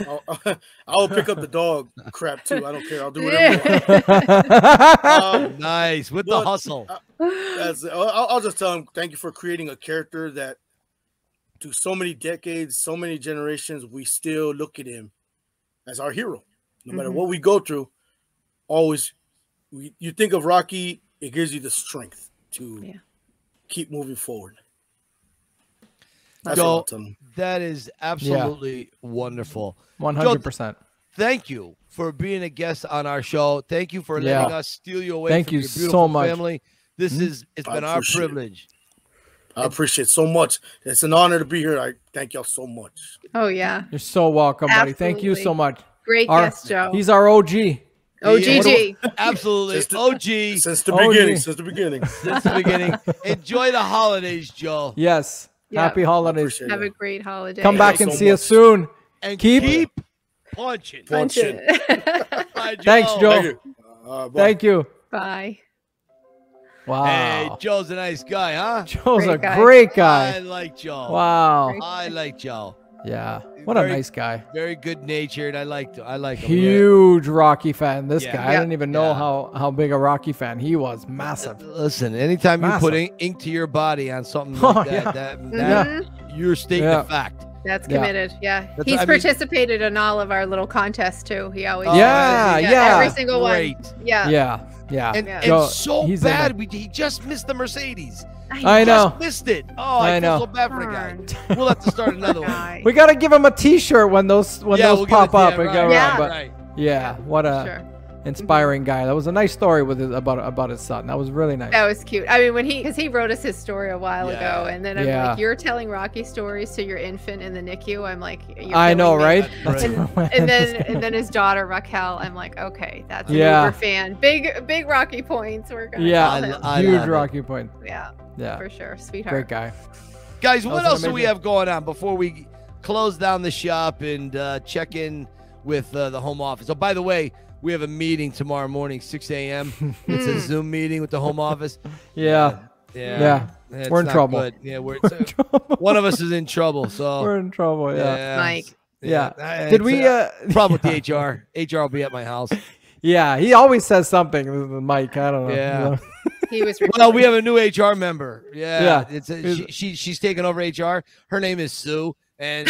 D: I'll, I'll pick up the dog crap too. I don't care. I'll do whatever. you want. Um,
B: Nice with
D: Well,
B: the hustle.
D: uh, That's I'll, I'll I'll just tell him thank you for creating a character that, to so many decades, so many generations, we still look at him as our hero. No matter
C: Mhm.
D: what we go through, always, we, you think of Rocky, it gives you the strength to
C: Yeah.
D: keep moving forward.
B: That's
D: That's what I'll
B: all.
D: tell him.
B: That is absolutely wonderful.
A: One hundred percent.
B: Thank you for being a guest on our show. Thank you for letting us steal you away
A: Thank
B: from
A: you
B: your
A: so
B: beautiful
A: much. Mm-hmm.
B: family. This is it's
D: I
B: been our
D: appreciate it.
B: privilege.
D: I appreciate so much. It's an honor to be here. I thank y'all so much.
C: Oh yeah.
A: You're so welcome, buddy. Thank you so
C: Absolutely.
A: much.
C: Great
A: Our-
C: guest, Joe.
A: He's our OG.
C: Oh,
B: Yeah.
C: GG.
B: Absolutely.
D: Just-
B: OG.
D: Since the
A: Oh,
D: beginning,
A: yeah.
D: since the beginning.
B: Since the beginning. Enjoy the holidays, Joe.
A: Yes.
C: Yeah.
A: Happy holidays.
D: Appreciate
C: Have a
D: it.
C: great holiday.
A: Come back
D: Thank you
A: and
D: so
A: see us
D: much.
A: soon.
B: And
A: Keep-
B: keep, punching.
D: Punch.
C: Punch it.
B: Bye,
A: Thanks, Joe.
D: Thank you. Uh, bye.
A: Thank you.
C: Bye.
A: Wow.
B: Hey, Joe's a nice guy, huh?
A: Joe's
C: Great
A: a
C: guy.
A: great guy.
B: I like Joe.
A: Wow.
C: Great.
B: I like Joe.
A: Yeah. What a
B: Very-
A: nice guy.
B: Very good natured. I liked I like him. yeah.
A: Huge Rocky fan. This
B: Yeah.
A: guy. I
C: Yeah.
A: didn't even know
B: Yeah.
A: how, how big a Rocky fan he was. Massive.
B: Listen, anytime you
A: Massive.
B: put in- ink to your body on something
A: Oh,
B: like that,
A: yeah.
B: that, that
C: Mhm.
B: you're stating
A: Yeah.
B: a fact.
C: That's
A: Yeah.
C: committed. Yeah.
B: That's-
C: He's
B: I mean-
C: participated in all of our little contests too. He always
B: Oh,
A: yeah,
B: yeah,
A: yeah.
C: Every single
B: Great.
C: one. Yeah.
A: Yeah. Yeah.
B: And,
C: Yeah.
B: and
A: Joe,
B: so
A: he's in
B: bad, we, he just missed the Mercedes.
A: I know.
B: Just missed it. Oh, I,
A: I
B: feel
A: know.
B: so bad for a guy. We'll have to start another one.
A: We gotta give him a T-shirt when those when those
B: we'll get
A: pop
B: it- yeah,
A: up. and
B: right,
A: go around,
B: right,
A: but
B: right.
A: yeah, what a
C: Sure.
A: inspiring guy. That was a nice story with his, about about his son. That was really nice.
C: That was cute. I mean, when he because he wrote us his story a while
B: Yeah.
C: ago, and then I'm
A: Yeah.
C: like, "You're telling Rocky stories to your infant in the NICU." I'm like, "You're
A: I know,
C: killing me."
A: right?
B: That's
C: And then and then his daughter Raquel. I'm like, "Okay, that's a
A: Yeah.
C: Uber fan. Big big Rocky points. We're gonna
A: Yeah.
C: call
B: I-
C: him.
B: I
A: huge
B: love it.
A: Rocky point.
C: yeah,
A: Yeah,
C: for sure,
A: great
C: sweetheart.
A: guy.
B: Guys,
A: That
B: what
A: was an
B: else do we
A: amazing-
B: have going on before we close down the shop and uh, check in with uh, the home office? Oh, by the way, we have a meeting tomorrow morning, 6 a.m. it's a
C: Mm.
B: Zoom meeting with the home office.
A: Yeah,
B: Yeah.
A: Hmm. Yeah.
B: It's
A: We're in
B: not
A: trouble.
B: good. Yeah, we're,
A: we're in trouble.
B: one of us is in trouble. So
A: We're in trouble. Yeah.
C: Mike.
A: Yeah.
B: Uh,
A: Did
B: it's,
A: we?
B: uh,
A: Uh,
B: problem with the HR? HR will be at my house.
A: yeah, he always says something. Mike, I don't know.
B: Yeah.
C: He was
B: Well, we
C: recruited.
B: have a new HR member. Yeah,
A: Yeah.
B: it's a,
A: Is-
B: she, she she's taken over HR. Her name is Sue, and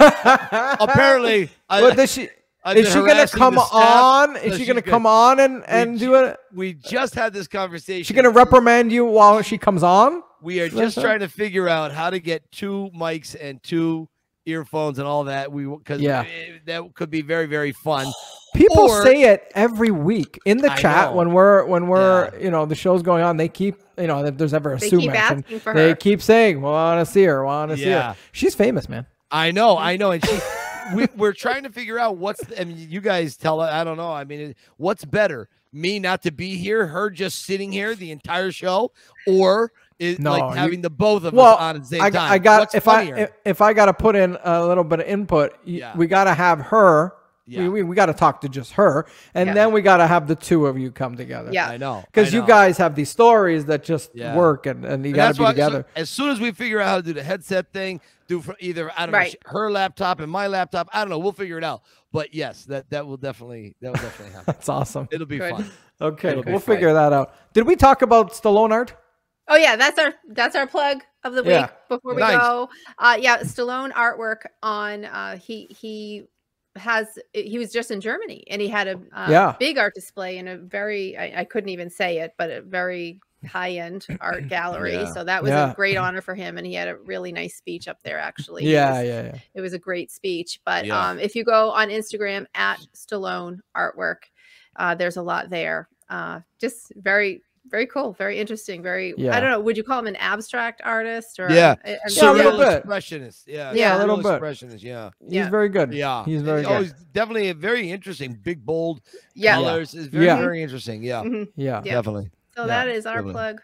A: Apparently,
B: apparently, I,
A: what does she?
B: I've
A: Is
B: been
A: she gonna
B: harassing
A: come
B: the staff.
A: on? Is
B: so
A: she gonna
B: she's
A: come on and
B: We
A: and
B: ju-
A: do it?
B: We just had this conversation.
A: Is she gonna reprimand you while she comes on?
B: We are just
A: Listen.
B: trying to figure out how to get two mics and two earphones and all that. We because
A: Yeah.
B: that could be very very fun.
A: People
B: Or-
A: say it every week in the
B: I
A: chat
B: know.
A: when we're when we're you know the show's going on. They keep you know if there's ever a
C: They
A: Sue
C: keep
A: mention,
C: asking for
A: they
C: her.
A: keep saying want to see her, want to see
B: Yeah.
A: her. She's famous, man.
B: I know, I know, and she. we, we're trying to figure out what's. I mean, you guys tell. I don't know. I mean, what's better, me not to be here, her just sitting here the entire show, or is
A: No,
B: like
A: you-
B: having the both of
A: Well,
B: us on at the same
A: I,
B: time?
A: I got
B: What's
A: if
B: funnier?
A: I if, if I got to put in a little bit of input, y-
B: Yeah.
A: we got to have her.
B: Yeah.
A: We, we, we got to talk to just her, and
B: Yeah.
A: then we got to have the two of you come together.
C: Yeah.
B: I know
A: because
B: I
A: you
B: know.
A: guys have these stories that just
B: Yeah.
A: work, and and you
B: And
A: got
B: that's
A: to be
B: why- so
A: together.
B: as soon as we figure out how to do the headset thing, do for either I don't know
C: Right.
B: sh- her laptop and my laptop. I don't know. We'll figure it out. But yes, that that will definitely that will definitely happen.
A: That's awesome.
B: It'll be
C: Good.
B: fun.
A: Okay,
B: It'll be
A: we'll
B: fine.
A: figure that out. Did we talk about Stallone art?
C: Oh yeah, that's our that's our plug of the week
A: Yeah.
C: before we
B: Nice.
C: go. Uh yeah, Stallone artwork on uh he he has he was just in Germany and he had a uh,
A: Yeah.
C: big art display in a very I, I couldn't even say it, but a very high end art gallery.
B: Yeah.
C: So that was
A: Yeah.
C: a great honor for him and he had a really nice speech up there actually. He
A: Yeah,
C: was-
A: yeah, yeah.
C: it was a great speech. But
B: Yeah.
C: um, if you go on Instagram at Stallone Artwork, uh, there's a lot there. Uh, just very, very cool, very interesting. Very,
A: Yeah.
C: I don't know. Would you call him an abstract artist or
B: Yeah.
C: A, a-
A: So
B: Surreal
A: a little bit.
B: expressionist. Yeah,
C: Yeah, a
B: surreal
A: little bit.
B: Expressionist. Yeah.
A: He's
C: Yeah.
A: very good.
B: Yeah,
A: he's
B: and
A: very
B: he
A: good.
B: always- definitely a very interesting, big bold
C: yeah.
B: colors. It's very
A: Yeah.
B: very interesting. Yeah,
C: Mhm.
A: Yeah,
C: Yeah.
B: definitely.
C: So
A: Yeah,
C: that is our
B: definitely.
C: plug.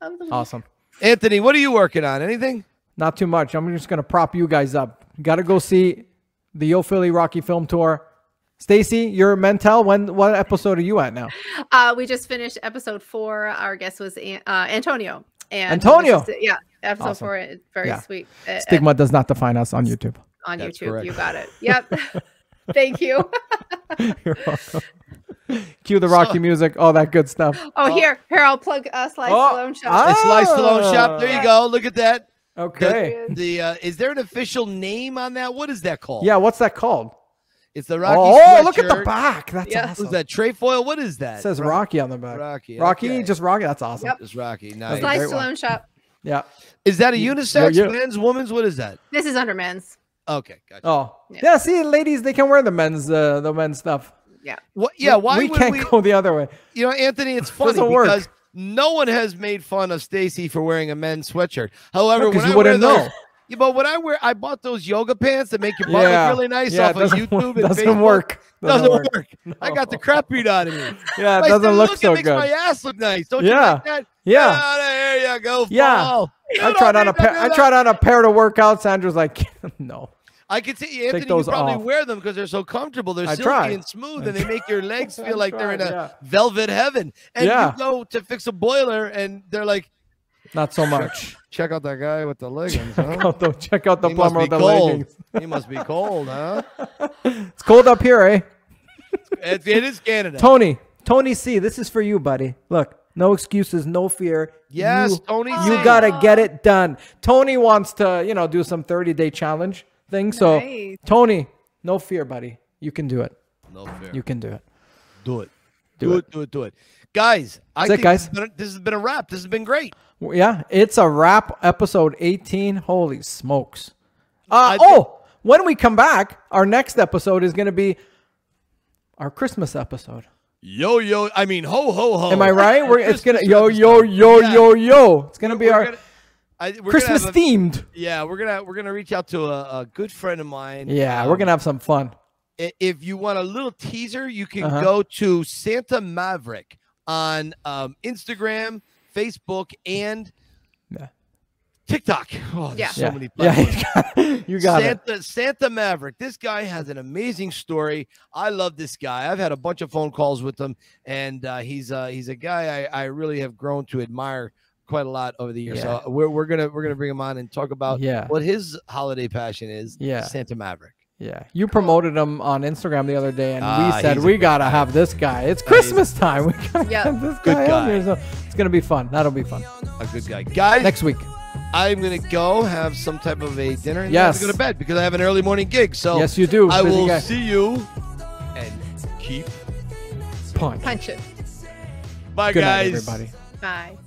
C: Of the week.
A: awesome.
B: Anthony, what are you working on? Anything?
A: Not too much. I'm just gonna prop you guys up. Got to go see the Yo Philly Rocky Film Tour. Stacy, you're Mentel. When what episode are you at now?
C: Uh, we just finished episode four. Our guest was An- uh, Antonio. And he was
A: Antonio!
C: just- yeah. Episode
A: Awesome.
C: four. uh, Very
A: Yeah.
C: sweet. uh, uh,
A: Stigma does not define us on YouTube.
C: on
B: That's
C: YouTube.
B: correct.
C: You got it. Yep. Thank you.
A: You're welcome. Cue the Rocky music, all that good stuff.
C: Oh, here, here. I'll plug uh, Slice
A: Oh,
C: Stallone Show.
A: ah,
B: It's Slice Stallone Shop. There you
C: Yeah.
B: go. Look at that.
A: Okay.
C: Good.
B: The uh, is there an official name on that? What is that called?
A: Yeah, what's that called?
B: it's the Rocky.
A: oh, look at the
B: sweatshirt.
A: back. That's
C: Yeah.
A: awesome.
B: Who's that? Trefoil? What is that?
A: It says
B: Ro-
A: Rocky on the back. Rocky,
B: Rocky. okay.
A: just Rocky. That's awesome.
C: Yep.
B: Just Rocky.
A: a
B: Nice.
A: great
C: Slice
A: one.
C: Stallone Shop.
A: Yeah.
B: Is that a
A: Yeah,
B: unisex?
A: yeah.
B: Men's, women's? What is that?
C: This is under men's.
B: Okay, gotcha.
A: Oh.
C: Yeah.
A: Yeah. See, ladies, they can wear the men's uh, the men's stuff.
B: What? Yeah.
A: We-
B: Why
A: we
B: would
A: can't
B: we?
A: go the other way?
B: You know, Anthony, it's funny
A: Doesn't work.
B: because no one has made fun of Stacy for wearing a men's sweatshirt. However,
A: Because
B: when
A: you
B: I wear
A: wouldn't
B: those,
A: know.
B: Yeah, but when I wear, I bought those yoga pants that make your butt
A: Yeah.
B: look really nice
A: yeah,
B: off
A: it
B: of
A: doesn't,
B: YouTube. and
A: doesn't
B: Facebook.
A: work.
B: Doesn't, work. I got the crap beat out of me.
A: Yeah,
B: But I
A: it
B: still
A: doesn't look
B: it
A: so
B: makes my
A: good.
B: ass look nice. Don't you
A: Yeah.
B: like that?
A: Yeah.
B: Ah, there you go.
A: Yeah.
B: fall. You
A: I
B: don't
A: tried on
B: need
A: a
B: to
A: pair.
B: do
A: I
B: that.
A: tried on a pair to work out. Sandra's like, no.
B: I could see Anthony. You
A: those
B: probably
A: off.
B: wear them because they're so comfortable. They're
A: I
B: silky
A: tried.
B: and smooth, and they make your legs feel
A: I
B: like they're in a
A: tried, yeah.
B: velvet heaven. And
A: Yeah.
B: you go to fix a boiler, and they're like,
A: Not so much.
B: "Check out that guy with the leggings, huh?
A: Although check out the
B: he must
A: plumber
B: be
A: with the
B: cold.
A: leggings.
B: He must be cold, huh?
A: It's cold up here, eh?
B: It, it is Canada.
A: Tony, Tony C, this is for you, buddy. Look, no excuses, no fear.
B: yes,
A: you,
B: Tony.
A: you
B: C.
A: gotta get it done. Tony wants to, you know, do some 30 day challenge thing. So,
C: Nice.
A: Tony, no fear, buddy. You can do it.
B: No fair.
A: You can do it.
B: do it.
A: Do
B: Do,
A: it.
B: it. Do it. Do it. Guys, I
A: That's
B: think this
A: it, guys.
B: has been a- this has been a wrap. This has been great.
A: Well, Yeah, it's a wrap. Episode 18. Holy smokes! Uh,
B: I think-
A: oh, when we come back, our next episode is going to be our Christmas episode.
B: Yo yo. I mean, ho ho ho.
A: Am I right? We're, it's gonna
B: Oh, Christmas
A: yo yo yo
B: Yeah.
A: yo yo. It's gonna be
B: We're
A: our
B: gonna- I- we're gonna
A: Christmas
B: have a-
A: themed.
B: Yeah, we're gonna we're gonna reach out to a, a good friend of mine.
A: Yeah, we're
B: Um,
A: gonna have some fun.
B: i- if you want a little teaser, you can
A: Uh-huh.
B: go to Santa Maverick on um, Instagram, Facebook, and
A: Yeah.
B: TikTok. Oh, there's
C: Yeah.
B: so
A: yeah.
B: many
A: yeah,
B: platforms.
A: you got, you got it.
B: Santa, Santa Maverick. This guy has an amazing story. I love this guy. I've had a bunch of phone calls with him, and uh, he's uh, he's a guy I, I really have grown to admire quite a lot over the years.
A: Yeah.
B: So we're, we're gonna we're gonna bring him on and talk about
A: Yeah,
B: what his holiday passion is.
A: Yeah.
B: Santa Maverick.
A: yeah. You promoted him on Instagram the other day, and
B: Ah,
A: we said
B: he's a
A: we
B: good
A: gotta have this guy. It's Christmas time. We gotta
C: Yep.
A: have this
B: Good
A: guy, on
B: guy.
A: here. So it's gonna be fun. That'll be fun
B: A good guy, guys.
A: next week.
B: I'm gonna go have some type of a dinner and then I have to go
A: Yes.
B: to bed because I have an early morning gig. So
A: Yes, you do.
B: I
A: Busy
B: will
A: guy.
B: see you and keep.
A: punch.
C: Punch it.
B: Bye,
A: Good night,
B: guys.
A: everybody.
C: Bye.